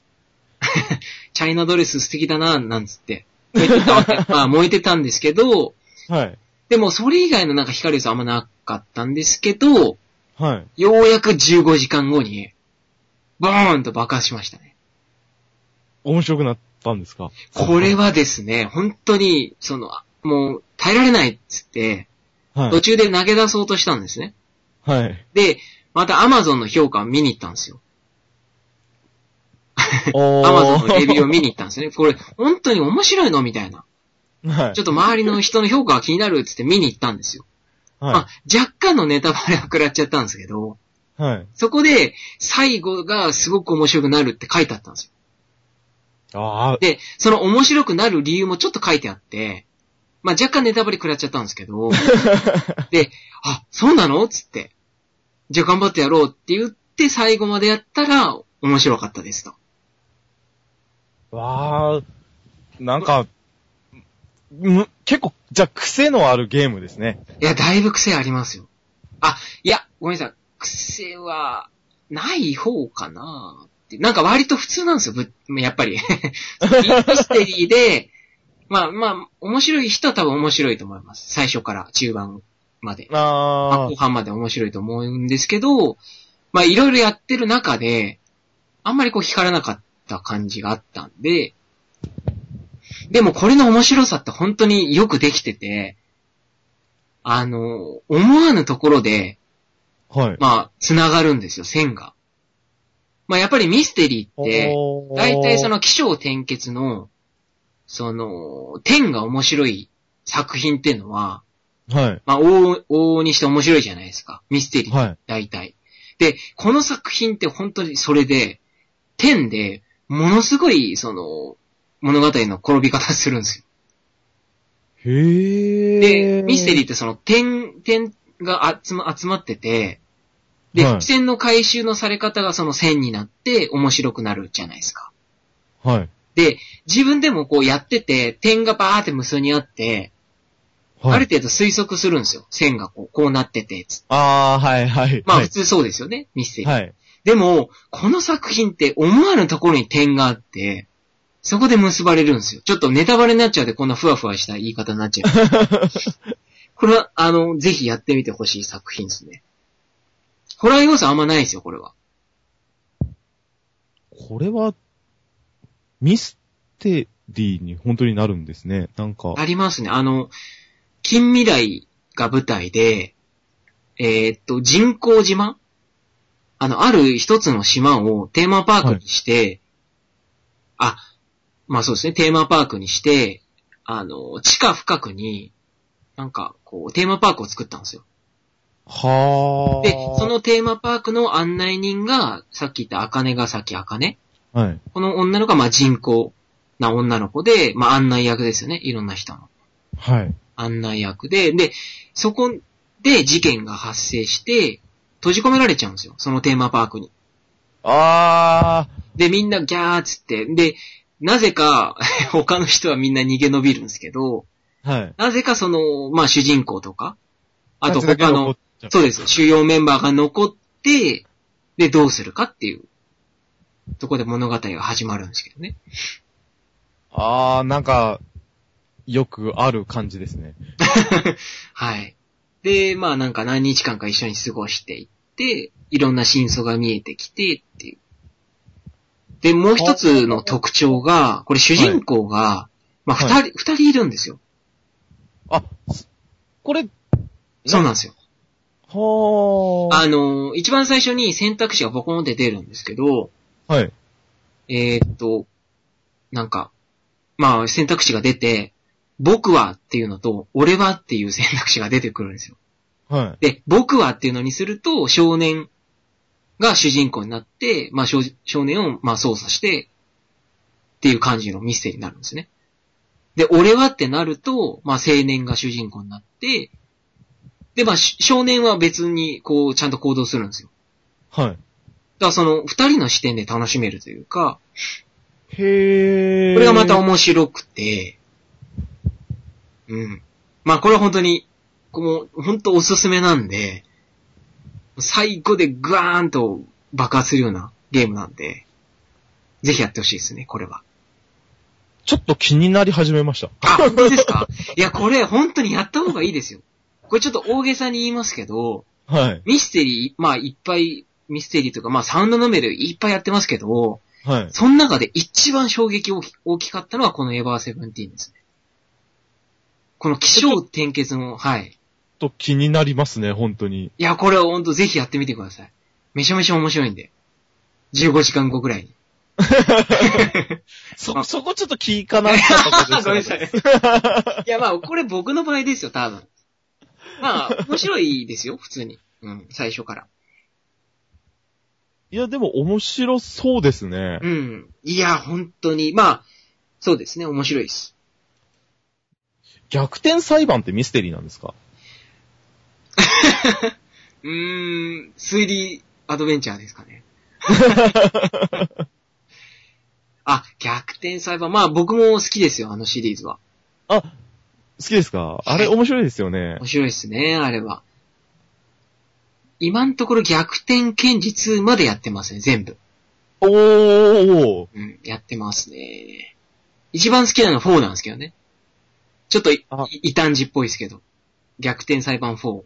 Speaker 2: チャイナドレス素敵だな、なんつって。燃えてたわ けまあ、燃えてたんですけど、
Speaker 3: はい。
Speaker 2: でも、それ以外のなんか光るさあんまなかったんですけど、
Speaker 3: はい。
Speaker 2: ようやく15時間後に、バーンと爆発しましたね。
Speaker 3: 面白くなったんですか
Speaker 2: これはですね、本当に、その、もう、耐えられないっつって、
Speaker 3: は
Speaker 2: 途中
Speaker 3: い。
Speaker 2: で投げ出そうとしたんですね。
Speaker 3: はい。
Speaker 2: で、またアマゾンの評価を見に行ったんですよ。
Speaker 3: お ー
Speaker 2: アマゾンのレビューを見に行ったんですね。これ、本当に面白いのみたいな。
Speaker 3: はい。
Speaker 2: ちょっと周りの人の評価が気になるっつって見に行ったんですよ。ま
Speaker 3: は
Speaker 2: あ、若干のネタバレは食らっちゃったんですけど、
Speaker 3: い。はい。
Speaker 2: そこで最後がすごく面白くなるって書いてあったんですよ。
Speaker 3: あ
Speaker 2: で、その面白くなる理由もちょっと書いてあって、まあ若干ネタバレ食らっちゃったんですけ ど、で、あ、そうなのっつって、じゃあ頑張ってやろうって言って最後までやったら面白かったですと。
Speaker 3: あ、わあ、なんか、む、結構、じゃあ癖のあるゲームですね。
Speaker 2: いや、だいぶ癖ありますよ。あ、いや、ごめんなさい。癖は、ない方かなって。なんか割と普通なんですよ、ぶやっぱり。ミ ステリーで、まあまあ、面白い人は多分面白いと思います。最初から中盤まで。まあ
Speaker 3: あ
Speaker 2: 後半まで面白いと思うんですけど、まあいろいろやってる中で、あんまりこう光らなかった感じがあったんで、でもこれの面白さって本当によくできてて、あの、思わぬところで、
Speaker 3: あ、はい。
Speaker 2: まあ、繋がるんですよ、線が。まあやっぱりミステリーって、
Speaker 3: だ
Speaker 2: 大体そ、の起承転結の、その、点が面白い作品っていうのは、
Speaker 3: は
Speaker 2: まあ、往々にして面白いじゃないですか。ミステリ
Speaker 3: い。
Speaker 2: ー、
Speaker 3: はい。
Speaker 2: 大体。で、この作品って本当にそれで、点で、ものすごい、その、物語の転び方するんですよ。
Speaker 3: へえ。
Speaker 2: で、ミステリーってその点、点が集ま集まってて、で、
Speaker 3: はい
Speaker 2: 伏線の回収のされ方がその線になって面白くなるじゃないですか。
Speaker 3: はい。
Speaker 2: で、自分でもこうやってて、点がバーって無数にあって、
Speaker 3: はい。
Speaker 2: ある程度推測するんですよ。線がこう、こうなってて、つ
Speaker 3: あー、はい、はい。
Speaker 2: まあ
Speaker 3: は
Speaker 2: 普
Speaker 3: い。
Speaker 2: 通そうですよね、ミステリー。
Speaker 3: はい。
Speaker 2: でも、この作品って思わぬところに点があって、そこで結ばれるんですよ。ちょっとネタバレになっちゃうで、こんなふわふわした言い方になっちゃう。これは、あの、ぜひやってみてほしい作品ですね。ホラー要素あんまないですよ、これは。
Speaker 3: これは、ミステリーに本当になるんですね。なんか、
Speaker 2: ありますね。あの、近未来が舞台で、えーっと、人工島あの、ある一つの島をテーマパークにして、あ、まあそうですね、テーマパークにして、あの、地下深くに、なんか、こう、テーマパークを作ったんですよ。
Speaker 3: はー。
Speaker 2: で、そ、のテーマパークの案内人が、さっき言った茜がさっき茜
Speaker 3: はい。
Speaker 2: この女の子が、まあ人工な女の子で、まあ案内役ですよね、いろんな人の。
Speaker 3: はい。
Speaker 2: 案内役で、で、そこで事件が発生して、閉じ込められちゃうんですよ。そのテーマパークに。
Speaker 3: あ
Speaker 2: で、みんなギャーっつって、で、なぜか、 他の人はみんな逃げ延びるんですけど、
Speaker 3: ー。はい。
Speaker 2: なぜかその、まあ主人公とか、あと
Speaker 3: 夏だけ
Speaker 2: 他
Speaker 3: 残
Speaker 2: の
Speaker 3: っ、ちゃう
Speaker 2: そうです、主要メンバーが残って、で、どうするかっていう、とこで物語が始まるんですけどね。
Speaker 3: あー、なんか、よくある感じですね。
Speaker 2: はい。で、まあなんか何日間か一緒に過ごしていって、いろんな真相が見えてきてっていう。で、もう一つの特徴が、これ主人公が、まあ二人、
Speaker 3: は
Speaker 2: 二人いるんですよ。
Speaker 3: あ、すこれ、
Speaker 2: そうなんですよ。
Speaker 3: は
Speaker 2: あのー、一番最初に選択肢がボコンって出るんですけど、
Speaker 3: ー。はい。
Speaker 2: えーっと、なんか、まあ選択肢が出て、僕はっていうのと、俺はっていう選択肢が出てくるんですよ。
Speaker 3: はい。
Speaker 2: で、僕はっていうのにすると、少年が主人公になって、まあ少少年をまあ操作して、っていう感じのミステリーになるんですね。で、俺はってなると、まあ青年が主人公になって、で、まあし少年は別にこうちゃんと行動するんですよ。
Speaker 3: はい。
Speaker 2: だからその二人の視点で楽しめるというか、
Speaker 3: へー。
Speaker 2: これがまた面白くて、うん。まあこれは本当に、この、本当おすすめなんで、最後でグワーンと爆発するようなゲームなんで、ぜひやってほしいですね、これは。
Speaker 3: ちょっと気になり始めました。
Speaker 2: あ、本当です かいや、これ本当にやった方がいいですよ。これちょっと大げさに言いますけど、
Speaker 3: はい。
Speaker 2: ミステリー、まあいっぱい、ミステリーというか、まあサウンドノベルいっぱいやってますけど、
Speaker 3: はい。
Speaker 2: その中で一番衝撃大き大きかったのはこのエヴァーセブンティーンですね。この気象転結の、はい。
Speaker 3: ちょっと気になりますね、本当に。
Speaker 2: いや、これはほんとぜひやってみてください。めちゃめちゃ面白いんで。15時間後くらいに。
Speaker 3: そ、 そこちょっと聞かなかったこと
Speaker 2: ごめんなさい。いや、まあ、これ僕の場合ですよ、多分。まあ、面白い ですよ、普通に。うん、最初から。
Speaker 3: いや、でも面白そうですね
Speaker 2: う。ん。いや、本当に。まあ、そうですね、面白いです。
Speaker 3: 逆転裁判ってミステリーなんですか
Speaker 2: うーん、推理アドベンチャーですかね。あ、逆転裁判。まあ僕も好きですよ、あのシリーズは。
Speaker 3: あ、好きですかあれ面白いですよね
Speaker 2: 面。白いですね、あれは。今のところ逆転検事2までやってますね、全部。
Speaker 3: おー。
Speaker 2: うん、やってますね。一番好きなのは4なんですけどね。ちょっとい
Speaker 3: あ
Speaker 2: 異端児っぽいですけど。逆転裁判4。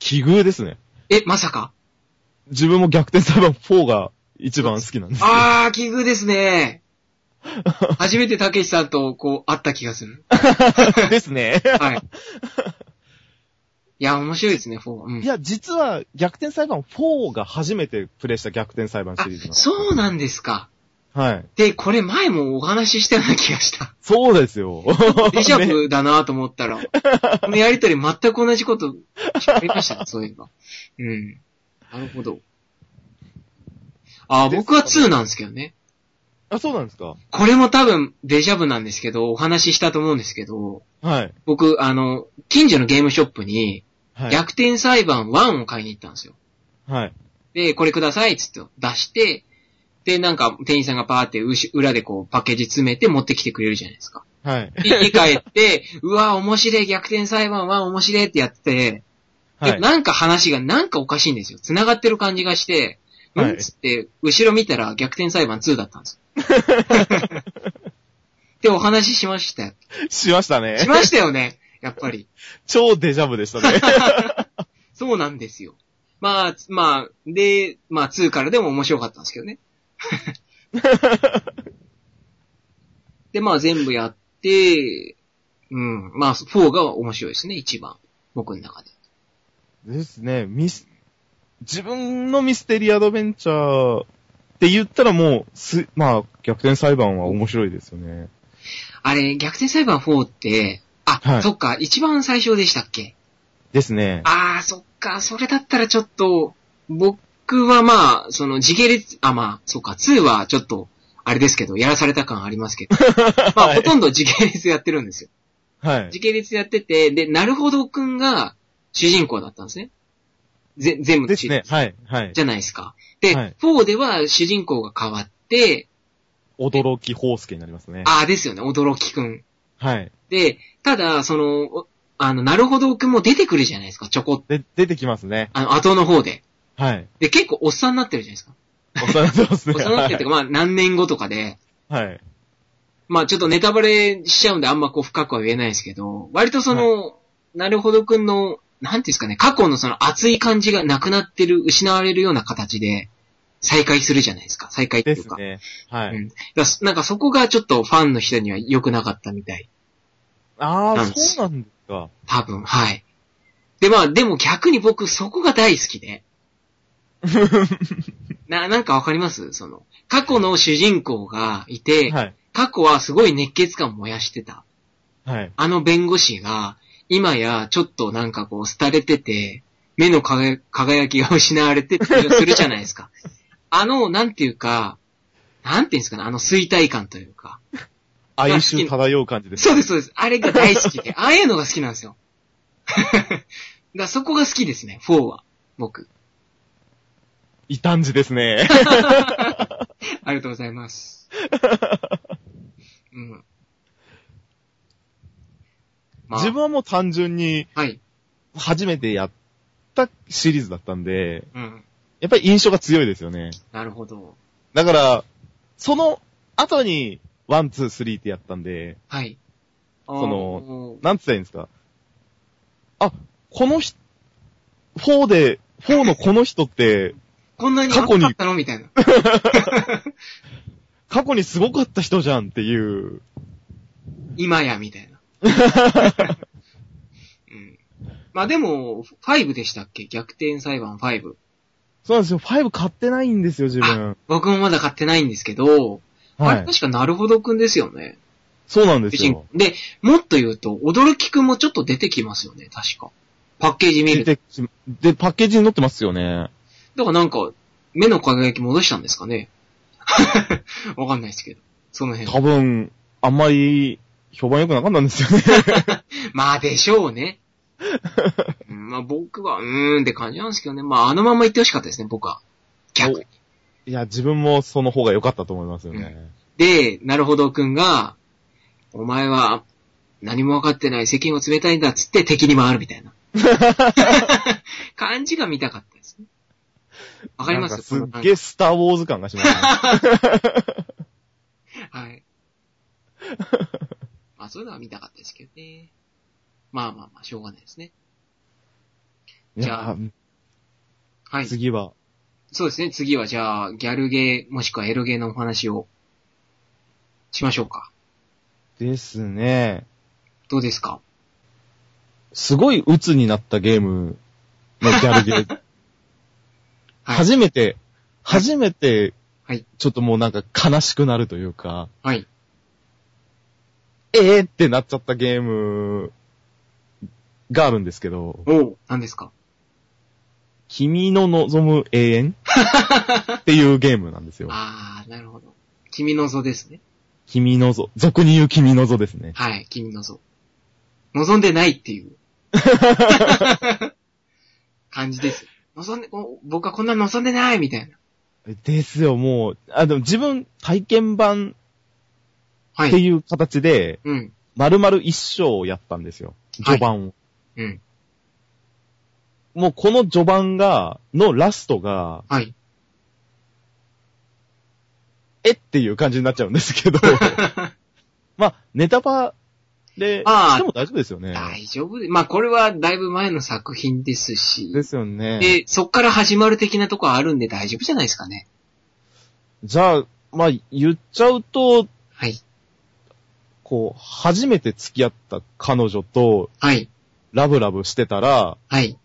Speaker 3: 奇遇ですね。
Speaker 2: え、まさか
Speaker 3: 自分も逆転裁判4が一番好きなんです。
Speaker 2: あー、奇遇ですね。初めてたけしさんとこう会った気がする。
Speaker 3: ですね。
Speaker 2: はい。いや、面白いですね、4。うん
Speaker 3: い。や、実は逆転裁判4が初めてプレイした逆転裁判
Speaker 2: あ
Speaker 3: シリーズなん、です。
Speaker 2: そうなんですか。
Speaker 3: はい。
Speaker 2: で、これ前もお話ししたような気がした。
Speaker 3: そうですよ。
Speaker 2: デジャブだなと思ったら、このやりとり全く同じことありましたね、 そういえば。うん。なるほど。あ、僕は2なんですけどね。
Speaker 3: あ、そうなんですか
Speaker 2: これも多分デジャブなんですけど、お話ししたと思うんですけど、
Speaker 3: はい。
Speaker 2: 僕、あの、近所のゲームショップに、
Speaker 3: はい。
Speaker 2: 逆転裁判1を買いに行ったんですよ。
Speaker 3: はい。
Speaker 2: で、これくださいっつって出して、で、なんか店員さんがパーってうし裏でこうパッケージ詰めて持ってきてくれるじゃないですか。
Speaker 3: はい。
Speaker 2: で家帰って、うわ、面白い、逆転裁判は面白いってやってて、
Speaker 3: は
Speaker 2: で
Speaker 3: い。
Speaker 2: なんか話がなんかおかしいんですよ。繋がってる感じがして、う
Speaker 3: はい
Speaker 2: んっつって、後ろ見たら逆転裁判2だったんですよ。 ってお話ししましたよ。
Speaker 3: しましたね
Speaker 2: し。ましたよね。やっぱり。
Speaker 3: 超デジャブでしたね。
Speaker 2: そうなんですよ。まあ、つまあ、で、まあ2からでも面白かったんですけど ね。で、まあ全部やって、うん、まあ4が面白いですね、一番。僕の中で。
Speaker 3: ですね。ミス、自分のミステリーアドベンチャーって言ったらもう、す、まあ、逆転裁判は面白いですよね。
Speaker 2: あれ、逆転裁判4って、あ、
Speaker 3: はい
Speaker 2: そっか、一番最初でしたっけ
Speaker 3: ですね。
Speaker 2: あー、そっか、それだったらちょっと、僕はまあ、その時系列、あ、まあ、そっか、2はちょっと、あれですけど、やらされた感あります けど、まあ、
Speaker 3: は
Speaker 2: ほ
Speaker 3: い。
Speaker 2: とんど時系列やってるんですよ。
Speaker 3: はい。
Speaker 2: 時系列やってて、で、なるほどくんが主人公だったんですね。ぜ、全部の
Speaker 3: で
Speaker 2: シ
Speaker 3: す
Speaker 2: リーズ
Speaker 3: ね。はい。はい。
Speaker 2: じゃないですか。で、
Speaker 3: はい
Speaker 2: 4では主人公が変わって、
Speaker 3: 驚き宝助になりますね。
Speaker 2: ああですよね、驚きくん。
Speaker 3: はい。
Speaker 2: で、ただ、その、おあの、なるほどくんも出てくるじゃないですか、ちょこっと。
Speaker 3: で、出てきますね。
Speaker 2: あの、後の方で。
Speaker 3: はい。
Speaker 2: で、結構おっさんになってるじゃないで すか。
Speaker 3: 幼なってますね。
Speaker 2: おっさんになってるっていうか、まあ、何年後とかで、
Speaker 3: はい。
Speaker 2: まあ、ちょっとネタバレしちゃうんであんまこう深くは言えないですけど、割とその、なるほどくんの、なんていうんですかね、過去のその熱い感じがなくなってる、失われるような形で、再開するじゃないですか。再開ってい
Speaker 3: で
Speaker 2: う
Speaker 3: す
Speaker 2: か。
Speaker 3: ね。は
Speaker 2: う
Speaker 3: い。
Speaker 2: んだからなんかそこがちょっとファンの人には良くなかったみたい。
Speaker 3: あ
Speaker 2: な
Speaker 3: あ、
Speaker 2: んです
Speaker 3: そうなんですか。
Speaker 2: 多分、はい。で、まあ、でも逆に僕そこが大好きで。 な、なんかわかりますその、過去の主人公がいて、
Speaker 3: はい。
Speaker 2: 過去はすごい熱血感燃やしてた。
Speaker 3: はい。
Speaker 2: あの弁護士が、今やちょっとなんかこう、廃れてて、目の輝輝きが失われてっていうするじゃないです か。あの、なんていうか、なんていうんですかね、あの衰退感というか。
Speaker 3: 哀愁漂う感じです。
Speaker 2: そうです、そうです。あれが大好き で、ああいうのが好きなんですよ。 だからそこが好きですね、4は。僕。
Speaker 3: 異端児です ね。
Speaker 2: ありがとうござい ます。うん。まあ
Speaker 3: 自分はもう単純に、
Speaker 2: はい。
Speaker 3: 初めてやったシリーズだったんで、
Speaker 2: うん。
Speaker 3: やっぱり印象が強いですよね。
Speaker 2: なるほど。
Speaker 3: だから、その後に、ワン、ツー、スリーってやったんで、
Speaker 2: はい。
Speaker 3: その
Speaker 2: あー、
Speaker 3: なんつったらいいんですか。あ、この人、4で、4のこの人って、
Speaker 2: こんなに若かったのみたいな。
Speaker 3: 過去にすごかった人じゃんっていう、
Speaker 2: 今や、みた いな。うん。まあでも、5でしたっけ逆転裁判5。
Speaker 3: そうなんですよ、5買ってないんですよ、自分。
Speaker 2: 僕もまだ買ってないんですけど、
Speaker 3: は
Speaker 2: あれ
Speaker 3: い。
Speaker 2: 確かなるほどくんですよね。
Speaker 3: そうなんで
Speaker 2: 美
Speaker 3: す
Speaker 2: 人
Speaker 3: よ。
Speaker 2: で、もっと言うと、驚きくんもちょっと出てきますよね、確か。パッケージ見
Speaker 3: 出
Speaker 2: ると。
Speaker 3: てきで、パッケージに載ってますよね。
Speaker 2: だからなんか、目の輝き戻したんですかね。 わかんないですけど。その辺。
Speaker 3: 多分、あんまり、評判良くなかったんですよね。
Speaker 2: まあでしょうね。うんまあ僕は、うーんって感じなんですけどね。まああのまま言ってほしかったですね、僕は。逆に。
Speaker 3: いや、自分もその方が良かったと思いますよね。
Speaker 2: で、なるほどくんが、お前は何も分かってない世間を冷たいんだっつって敵に回るみた いな。感じが見たかったですね。わかります
Speaker 3: なん
Speaker 2: こ
Speaker 3: かす
Speaker 2: の
Speaker 3: っげえスターウォーズ感が しますね。
Speaker 2: はい。まあそういうのは見たかったですけどね。まあまあまあ、しょうがないですね。
Speaker 3: いや、
Speaker 2: はい。
Speaker 3: 次は、
Speaker 2: そうですね、次はじゃあ、ギャルゲー、もしくはエロゲーのお話を、しましょうか。
Speaker 3: ですね。
Speaker 2: どうですか
Speaker 3: すごい鬱になったゲームのギャルゲー。
Speaker 2: はい
Speaker 3: 初めて、初めて、
Speaker 2: はい
Speaker 3: ちょっともうなんか悲しくなるというか、
Speaker 2: はい。
Speaker 3: えーってなっちゃったゲームがあるんですけど、
Speaker 2: おう。何ですか
Speaker 3: 君の望む永遠っていうゲームなんです よ。
Speaker 2: あー、なるほど。君のぞですね。
Speaker 3: 君のぞ、俗に言う君のぞですね。
Speaker 2: はい、君のぞ。望んでないっていう。感じです。望んで、お僕はこんなの望んでないみたいな。
Speaker 3: ですよ、もう。あ、でも自分、体験版
Speaker 2: は
Speaker 3: って
Speaker 2: い。
Speaker 3: いう形で、
Speaker 2: うん。
Speaker 3: 丸々一章をやったんですよ。序盤を。
Speaker 2: うん。
Speaker 3: もうこの序盤が、のラストが、
Speaker 2: はい。
Speaker 3: えっていう感じになっちゃうんで すけど。まあ、ネタバレ
Speaker 2: あー
Speaker 3: しても大丈夫ですよね。
Speaker 2: 大丈夫で。まあ、これはだいぶ前の作品ですし。
Speaker 3: ですよね。
Speaker 2: で、そっから始まる的なとこあるんで大丈夫じゃないですかね。
Speaker 3: じゃあ、まあ、言っちゃうと、
Speaker 2: はい。
Speaker 3: こう、初めて付き合った彼女と
Speaker 2: はい。
Speaker 3: ラブラブしてたら、
Speaker 2: はい。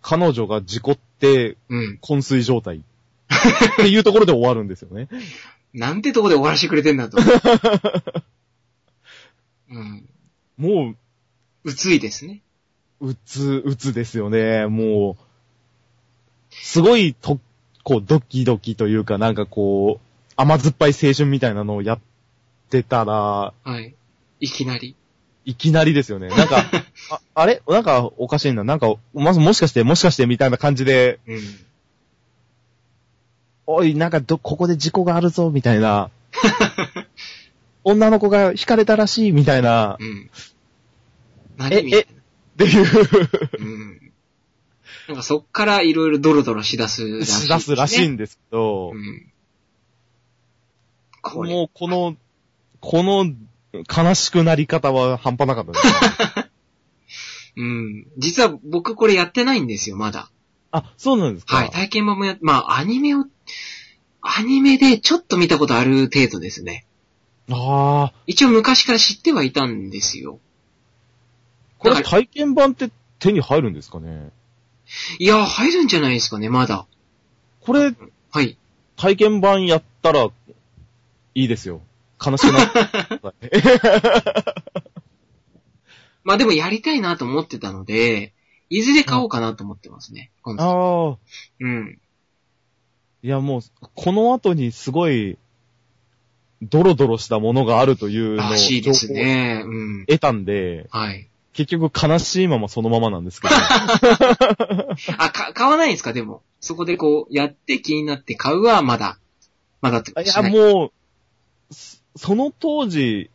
Speaker 3: 彼女が事故って
Speaker 2: うん。
Speaker 3: 昏睡状態っていうところで終わるんですよね。
Speaker 2: なんてとこで終わらせてくれてん だと。うん。
Speaker 3: も
Speaker 2: うついですね。
Speaker 3: う、うつ、うつですよね。もう、すごいと、こう、ドキドキというか、なんかこう、甘酸っぱい青春みたいなのをやってたら、
Speaker 2: はい。いきなり。
Speaker 3: いきなりですよね。な んか、ああれなんかおかしいな。なんか、まずもしかして、もしかしてみたいな感じで、
Speaker 2: うん。
Speaker 3: おい、なんかど、ここで事故があるぞ、みた いな。女の子が惹かれたらしい、みたいな
Speaker 2: う、ん。何みたいな。
Speaker 3: っていう、
Speaker 2: うん。なんかそっからいろいろドロドロしだすらしい、
Speaker 3: しだす らしい。んですけど
Speaker 2: う、ん。これ、
Speaker 3: もうこの、この、悲しくなり方は半端なかったです。
Speaker 2: うん。実は僕これやってないんですよ、まだ。
Speaker 3: あ、そうなんですか
Speaker 2: はい。体験版もや、まあ、アニメを、アニメでちょっと見たことある程度ですね。
Speaker 3: ああ、
Speaker 2: 一応昔から知ってはいたんですよ。
Speaker 3: こ
Speaker 2: だ
Speaker 3: れ
Speaker 2: か
Speaker 3: 体験版って手に入るんですかね
Speaker 2: いや、入るんじゃないですかね、まだ。
Speaker 3: これ、
Speaker 2: はい。
Speaker 3: 体験版やったら、いいですよ。悲しくな った。
Speaker 2: まあでもやりたいなと思ってたので、いずれ買おうかなと思ってますね。今度
Speaker 3: ああ、
Speaker 2: うん。
Speaker 3: いやもう、この後にすごい、ドロドロしたものがあるというのを
Speaker 2: らしいですね。うん。
Speaker 3: 得たんで、
Speaker 2: はい。
Speaker 3: 結局悲しいま まそのままなんですけど。
Speaker 2: あ、か、買わないんですか、でも。そこでこう、やって気になって買うはまだ、まだって
Speaker 3: いや、もう、そその当時、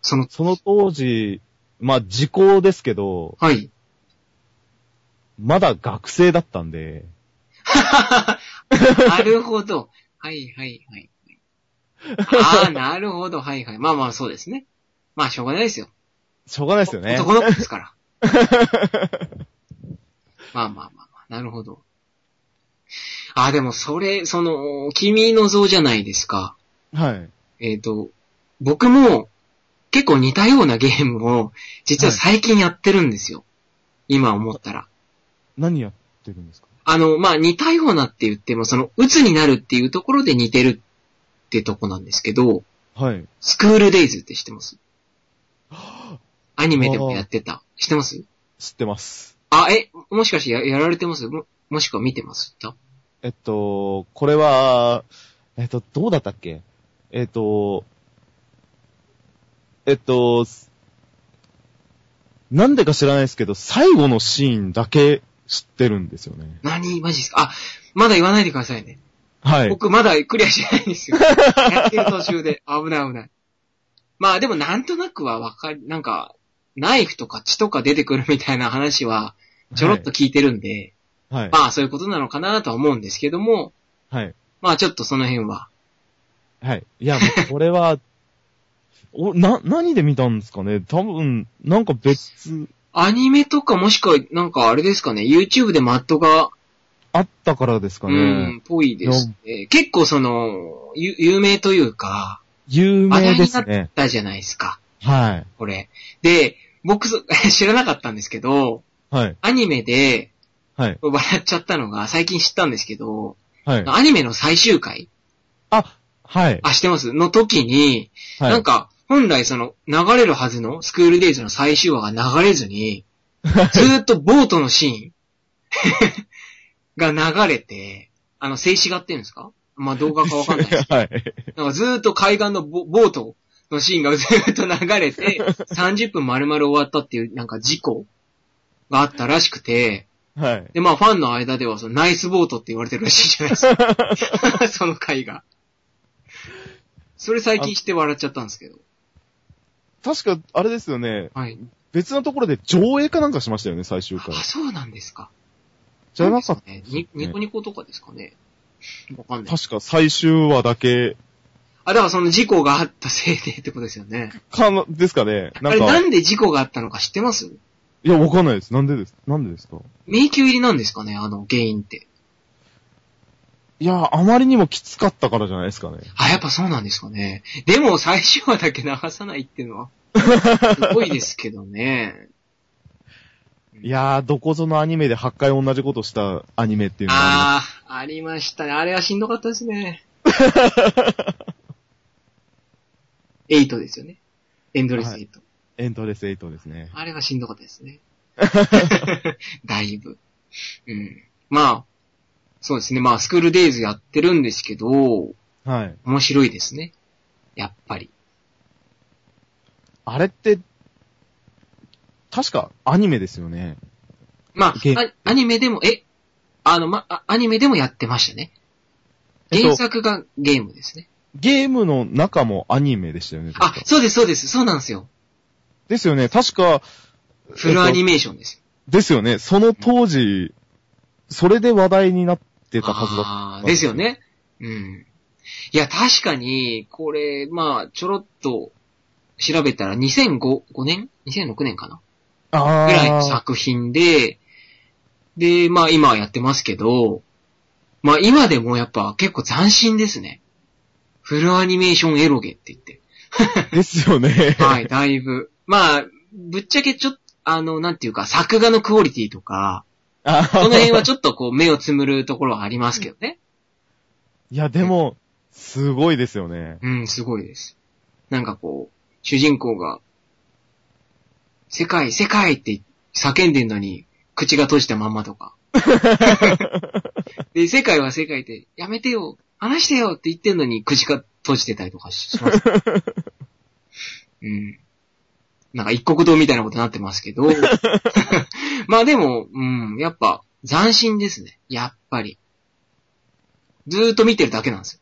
Speaker 2: その、
Speaker 3: その当時、まあ時効ですけど、
Speaker 2: はい。
Speaker 3: まだ学生だったんで、
Speaker 2: なるほど。はいはいはい。ああ、なるほど。はいはい。まあまあ、そうですね。まあ、しょうがないですよ。
Speaker 3: しょうがないですよね。
Speaker 2: 男の子ですから。まあまあまあまあ、なるほど。あ、でもそれ、その、君の像じゃないですか。
Speaker 3: はい。
Speaker 2: えっ、と、僕も結構似たようなゲームを実は最近やってるんですよ。今思ったら。
Speaker 3: 何やってるんですか
Speaker 2: あの、まあ、似たようなって言っても、その、鬱になるっていうところで似てるってとこなんですけど、
Speaker 3: はい。
Speaker 2: スクールデイズって知ってますアニメでもやってた。知ってます
Speaker 3: 知ってます。
Speaker 2: あ、え、もしかしてややられてますももしくは見てますだ
Speaker 3: えっと、これは、えっと、どうだったっけえっと、えっと、すなんでか知らないですけど、最後のシーンだけ知ってるんですよね。
Speaker 2: 何マジですかあ、まだ言わないでくださいね。
Speaker 3: はい。
Speaker 2: 僕まだクリアしてないん ですよ。やってる途中で。危ない危ない。まあでもなんとなくはわかり、なんか、ナイフとか血とか出てくるみたいな話は、ちょろっと聞いてるんで、
Speaker 3: はい。
Speaker 2: まあそういうことなのかなとは思うんですけども、
Speaker 3: はい。
Speaker 2: まあちょっとその辺は。
Speaker 3: はい。いや、もうこれは、 お、な、何で見たんですかね多分、なんか別、
Speaker 2: アニメとかもしくは、なんかあれですかね、YouTube でマットが
Speaker 3: あったからですか
Speaker 2: うん
Speaker 3: ね。、
Speaker 2: ぽいですね。結構その、ゆ有名というか、
Speaker 3: 有
Speaker 2: 話題
Speaker 3: 名
Speaker 2: に
Speaker 3: で
Speaker 2: な
Speaker 3: す
Speaker 2: っ
Speaker 3: ね。
Speaker 2: たじゃないですか、
Speaker 3: はい。
Speaker 2: これ。で、僕そ、 知らなかったんですけど、
Speaker 3: はい。
Speaker 2: アニメで、
Speaker 3: はい。
Speaker 2: 笑っちゃったのが、最近知ったんですけど、
Speaker 3: はい。
Speaker 2: アニメの最終回
Speaker 3: あ、はい。
Speaker 2: あ、してますの時に、
Speaker 3: はい。
Speaker 2: なんか、本来その、流れるはずの、スクールデイズの最終話が流れずに、ずーっとボートのシーン が流れて、あの、静止画っていうんですかまあ、動画かわかんないですけど
Speaker 3: はい。
Speaker 2: なんかずーっと海岸のボボートのシーンがずっと流れ て、30分丸々終わったっていう、なんか事故があったらしくて、
Speaker 3: はい。
Speaker 2: で、まあファンの間では、そのナイスボートって言われてるらしいじゃないです か。その回が。それ最近知って笑っちゃったんですけど。
Speaker 3: 確か、あれですよね。
Speaker 2: はい。
Speaker 3: 別のところで上映かなんかしましたよね、最終
Speaker 2: あ
Speaker 3: 回、。
Speaker 2: そうなんですか。
Speaker 3: じゃなかっ
Speaker 2: ね、にニコニコとかですかね。わかん
Speaker 3: た。
Speaker 2: ない。
Speaker 3: 確か最終話だけ、
Speaker 2: あ、だからその事故があったせいでってことですよね。
Speaker 3: かの、ですかね。
Speaker 2: あ
Speaker 3: なん
Speaker 2: れ
Speaker 3: か、
Speaker 2: なんで事故があったのか知ってます
Speaker 3: いや、わかんないです。なんでです。なんでですか
Speaker 2: 迷宮入りなんですかねあの原因って。
Speaker 3: いや、あまりにもきつかったからじゃないですかね。
Speaker 2: あ、やっぱそうなんですかね。でも最終話だけ流さないっていうのは、すごいですけど ね。
Speaker 3: いやー、どこぞのアニメで8回同じことしたアニメっていうのがあ
Speaker 2: ああ、ありましたね。あれはしんどかったです ね。エイトですよね。エンドレスエイト。
Speaker 3: りますエントレス8ですね。
Speaker 2: あれはしんどかったです ね。だいぶ。うん。まあ、そうですね。まあ、スクールデイズやってるんですけど、
Speaker 3: はい。
Speaker 2: 面白いですね。やっぱり。
Speaker 3: あれって、確かアニメですよね。
Speaker 2: まあ
Speaker 3: げ、
Speaker 2: あアニメでも、え、あの、ま、あアニメでもやってましたね。
Speaker 3: えっと
Speaker 2: 原作がゲームですね。
Speaker 3: ゲームの中もアニメでしたよね。確
Speaker 2: あ
Speaker 3: か、
Speaker 2: そうです、そうです。そうなんですよ。
Speaker 3: ですよね。確か、
Speaker 2: フルアニメーションですよ。
Speaker 3: ですよね。その当時、それで話題になってたはずだっ
Speaker 2: あーですよね。うん。いや、確かに、これ、まあ、ちょろっと調べたら2005、5年 ?2006 年かな
Speaker 3: た。
Speaker 2: ぐらいの
Speaker 3: ああ。
Speaker 2: 作品で、で、まあ今はやってますけど、まあ今でもやっぱ結構斬新ですね。フルアニメーションエロゲって言って。
Speaker 3: ですよね。
Speaker 2: はい、だいぶ。まあ、ぶっちゃけちょっと、あの、なんていうか、作画のクオリティとか、
Speaker 3: あ
Speaker 2: こ
Speaker 3: ー
Speaker 2: の辺はちょっとこう目をつむるところはありますけどね。
Speaker 3: いや、でも、すごいですよね。
Speaker 2: うん、すごいです。なんかこう、主人公が、世界、世界って叫んでんのに、口が閉じたまんまとか。で、世界は世界って、やめてよ、話してよって言ってんのに、口が閉じてたりとかします。うん。なんか一国道みたいなことになってますけど。 まあでも、うん、やっぱ、斬新ですね。やっぱり。ずーっと見てるだけなんですよ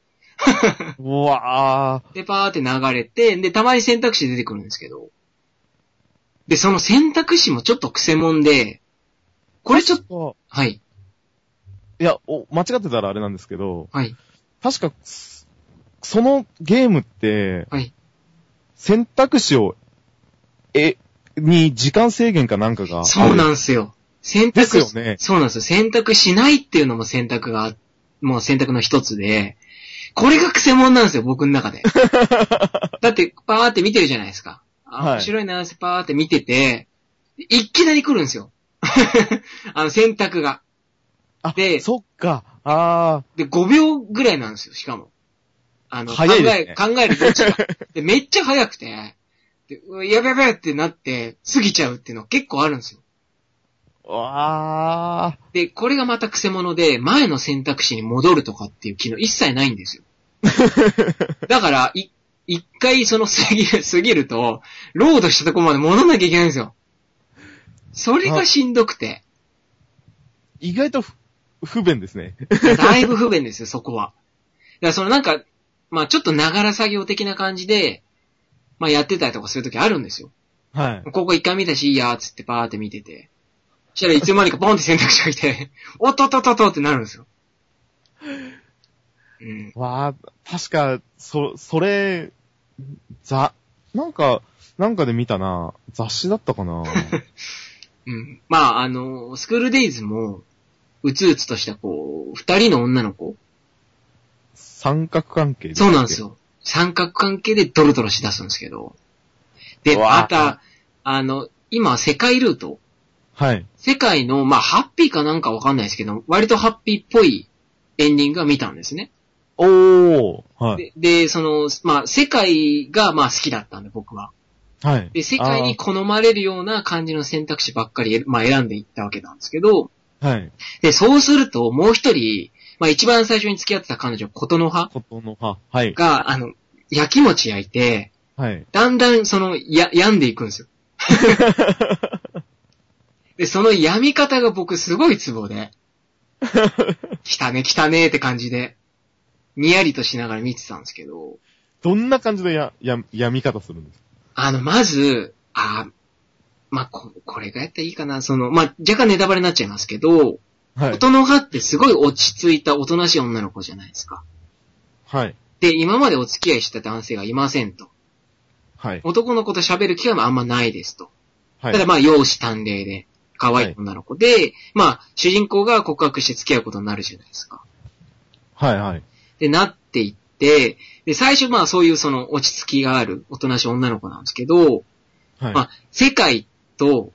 Speaker 3: うわ
Speaker 2: で、パーって流れて、で、たまに選択肢出てくるんですけど。で、その選択肢もちょっと癖もんで、これちょっと、
Speaker 3: ー。
Speaker 2: はい、
Speaker 3: いや、お、間違ってたらあれなんですけど、
Speaker 2: はい、
Speaker 3: 確か、そそのゲームって、
Speaker 2: はい
Speaker 3: 選択肢を、え、に時間制限かなんかがある。
Speaker 2: そうなんですよ。選択
Speaker 3: ですよね
Speaker 2: そうなんですよ。選択しないっていうのも選択が、もう選択の一つで、これが癖もんなんですよ、僕の 中で。だって、パーって見てるじゃないですか。あ、
Speaker 3: はい
Speaker 2: 面白いな、パーって見てて、いきなり来るんですよ。 あの、選択が。
Speaker 3: あ
Speaker 2: で
Speaker 3: そっか。あ
Speaker 2: で、5秒ぐらいなんですよ、しかも。あの、考
Speaker 3: 早いです
Speaker 2: え、
Speaker 3: ね
Speaker 2: 考えるどっち が。 で、めっちゃ早くて、でうわやべやべってなって、過ぎちゃうっていうのは結構あるんですよ。
Speaker 3: ー。わ
Speaker 2: で、これがまた癖者で、前の選択肢に戻るとかっていう機能一切ないんですよ。だから、い、一回その過ぎる、過ぎると、ロードしたとこまで戻んなきゃいけないんですよ。それがしんどくて、
Speaker 3: ー。意外とふ不便ですね。
Speaker 2: だいぶ不便ですよ、そこは。だからそのなんか、まあちょっとながら作業的な感じで、まあやってたりとかするときあるんですよ。
Speaker 3: はい。
Speaker 2: ここ一回見たし、いいやーっつってパーって見てて。そしたらいつの間にかポンって選択肢が来て、 おっとっとっとっとってなるんですよ。うん。
Speaker 3: わー、確か、そ、それ、ざ、なんか、なんかで見たな。雑誌だった かな。
Speaker 2: うん。まあ、あの、スクールデイズも、うつうつとしたこう、二人の女の子
Speaker 3: 三角関係
Speaker 2: そうなんです
Speaker 3: よ。
Speaker 2: よ。三角関係でドロドロしだすんですけど。で、
Speaker 3: うわー
Speaker 2: また、あの、今、世界ルート
Speaker 3: はい。
Speaker 2: 世界の、まあ、ハッピーかなんかわかんないですけど、割とハッピーっぽいエンディングは見たんですね。
Speaker 3: おー。はい。
Speaker 2: で、でその、まあ、世界が、まあ、好きだったんで、僕は。
Speaker 3: はい。
Speaker 2: で、世界に好まれるような感じの選択肢ばっかり、まあ、選んでいったわけなんですけど、
Speaker 3: あー。はい。
Speaker 2: で、そうすると、もう一人、まあ、一番最初に付き合ってた彼女、琴の葉
Speaker 3: ことの葉。はい。
Speaker 2: が、あの、焼き餅焼いて、
Speaker 3: はい。
Speaker 2: だんだんその、や、病んでいくん ですよ。で、その病み方が僕すごいツボ で、来たね来たねって感じで、にやりとしながら見てたんですけど、
Speaker 3: どんな感じでや、や、やみ方するんですか
Speaker 2: あの、まず、あ、まあ、こ、これがやったらいいかな、その、まあ、若干ネタバレになっちゃいますけど、
Speaker 3: はい。
Speaker 2: 音の葉ってすごい落ち着いたおとなしい女の子じゃないですか。
Speaker 3: はい。
Speaker 2: で、今までお付き合いしてた男性がいませんと。
Speaker 3: はい。
Speaker 2: 男の子と喋る機会もあんまないですと。た
Speaker 3: は
Speaker 2: だ
Speaker 3: い。
Speaker 2: まあ、容姿端麗で、可愛い女の子で、まあ、主人公が告白して付き合うことになるじゃないですか。
Speaker 3: はい。はい。
Speaker 2: で、なっていって、で、最初まあ、そういうその落ち着きがある、おとなしい女の子なんですけど、
Speaker 3: はい。
Speaker 2: まあ、世界と、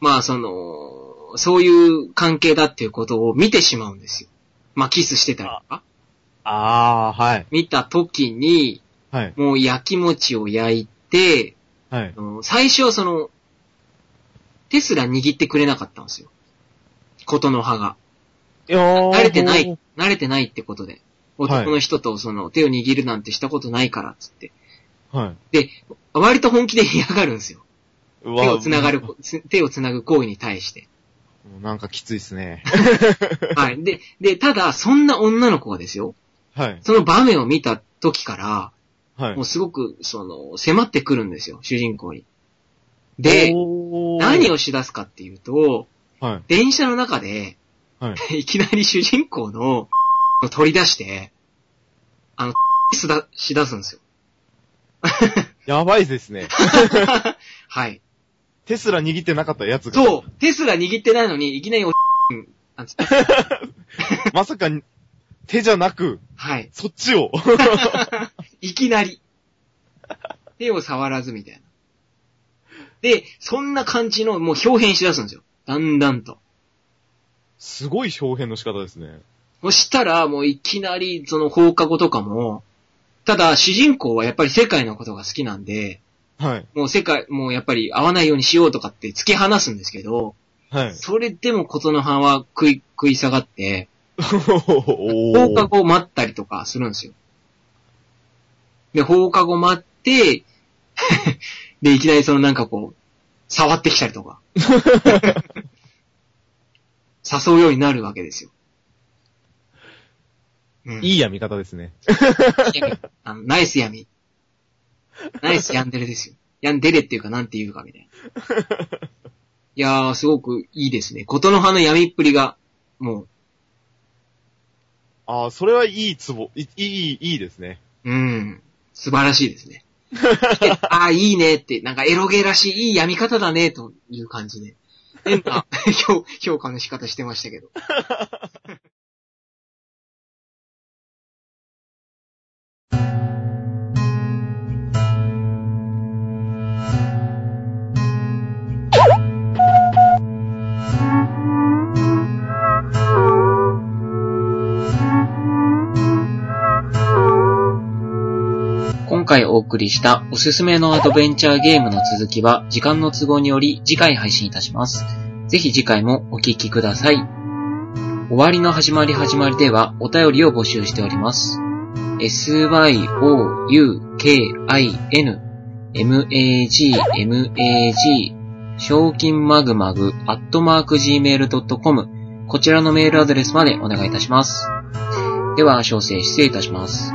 Speaker 2: まあ、その、そういう関係だっていうことを見てしまうんですよ。まあ、キスしてたりとか。
Speaker 3: あー、はい。
Speaker 2: 見た時に、
Speaker 3: はい。
Speaker 2: もう焼き餅を焼いて、
Speaker 3: はい。
Speaker 2: あの最初はその、テスラ握ってくれなかったんですよ。ことの葉が。慣
Speaker 3: 慣
Speaker 2: れてない。、慣れてないってことで。男の人とその手を握るなんてしたことないからっつって。
Speaker 3: はい。
Speaker 2: 割と本気で嫌がるんですよ。
Speaker 3: うわ
Speaker 2: 手を繋がる、 つ手を繋ぐ行為に対して。
Speaker 3: もうなんかきついっすね。
Speaker 2: はい。で、で、ただ、そんな女の子がですよ。
Speaker 3: はい。
Speaker 2: その場面を見た時から、
Speaker 3: はい
Speaker 2: もう。すごく、その、迫ってくるんですよ、主人公に。で、何
Speaker 3: を
Speaker 2: をしだすかっていうと、
Speaker 3: はい。
Speaker 2: 電車の中で、、
Speaker 3: は い
Speaker 2: きなり主人公の、を取り出して、あの、しだ、しだすんですよ。
Speaker 3: やばいですね。
Speaker 2: はい。
Speaker 3: テスラ握ってなかったやつが。
Speaker 2: そう、テスラ握ってないのに、いきなりお、あつって
Speaker 3: まさかに、手じゃなく、
Speaker 2: はい。
Speaker 3: そっちを。
Speaker 2: いきなり。手を触らずみたいな。で、そんな感じの、もう表変しだすんですよ。だんだんと。
Speaker 3: すごい表現の仕方ですね。
Speaker 2: そしたら、もういきなり、その放課後とかも、ただ、主人公はやっぱり世界のことが好きなんで、
Speaker 3: はい。
Speaker 2: もう世界、もうやっぱり会わないようにしようとかって突き放すんですけど、
Speaker 3: はい。
Speaker 2: それでもことの葉は食い、食い下がって、放
Speaker 3: 放
Speaker 2: 課後待ったりとかするんですよ。で、放課後待って、 で、いきなりそのなんかこう、触ってきたりと か。誘うようになるわけですよ。うん
Speaker 3: いいやみ方ですね。
Speaker 2: 闇あの、ナイス闇。ナイスヤンデレですよ。ヤンデレっていうかなんて言うかみたいな。いやー、すごくいいですね。ことの葉の闇っぷりが、も
Speaker 3: ああ、それはいいツボ。いいい、いいですね。
Speaker 2: う、うん、素晴らしいですね。であー、いいねって、なんかエロゲらしい、いい闇方だね、という感じで。変な 評評価の仕方してましたけど。今回お送りしたおすすめのアドベンチャーゲームの続きは時間の都合により次回配信いたします。ぜひ次回もお聞きください。終わりの始まり始まりではお便りを募集しております。syoukin magmag 賞金マグマグアットマーク gmail.com こちらのメールアドレスまでお願いいたします。では、詳細失礼いたします。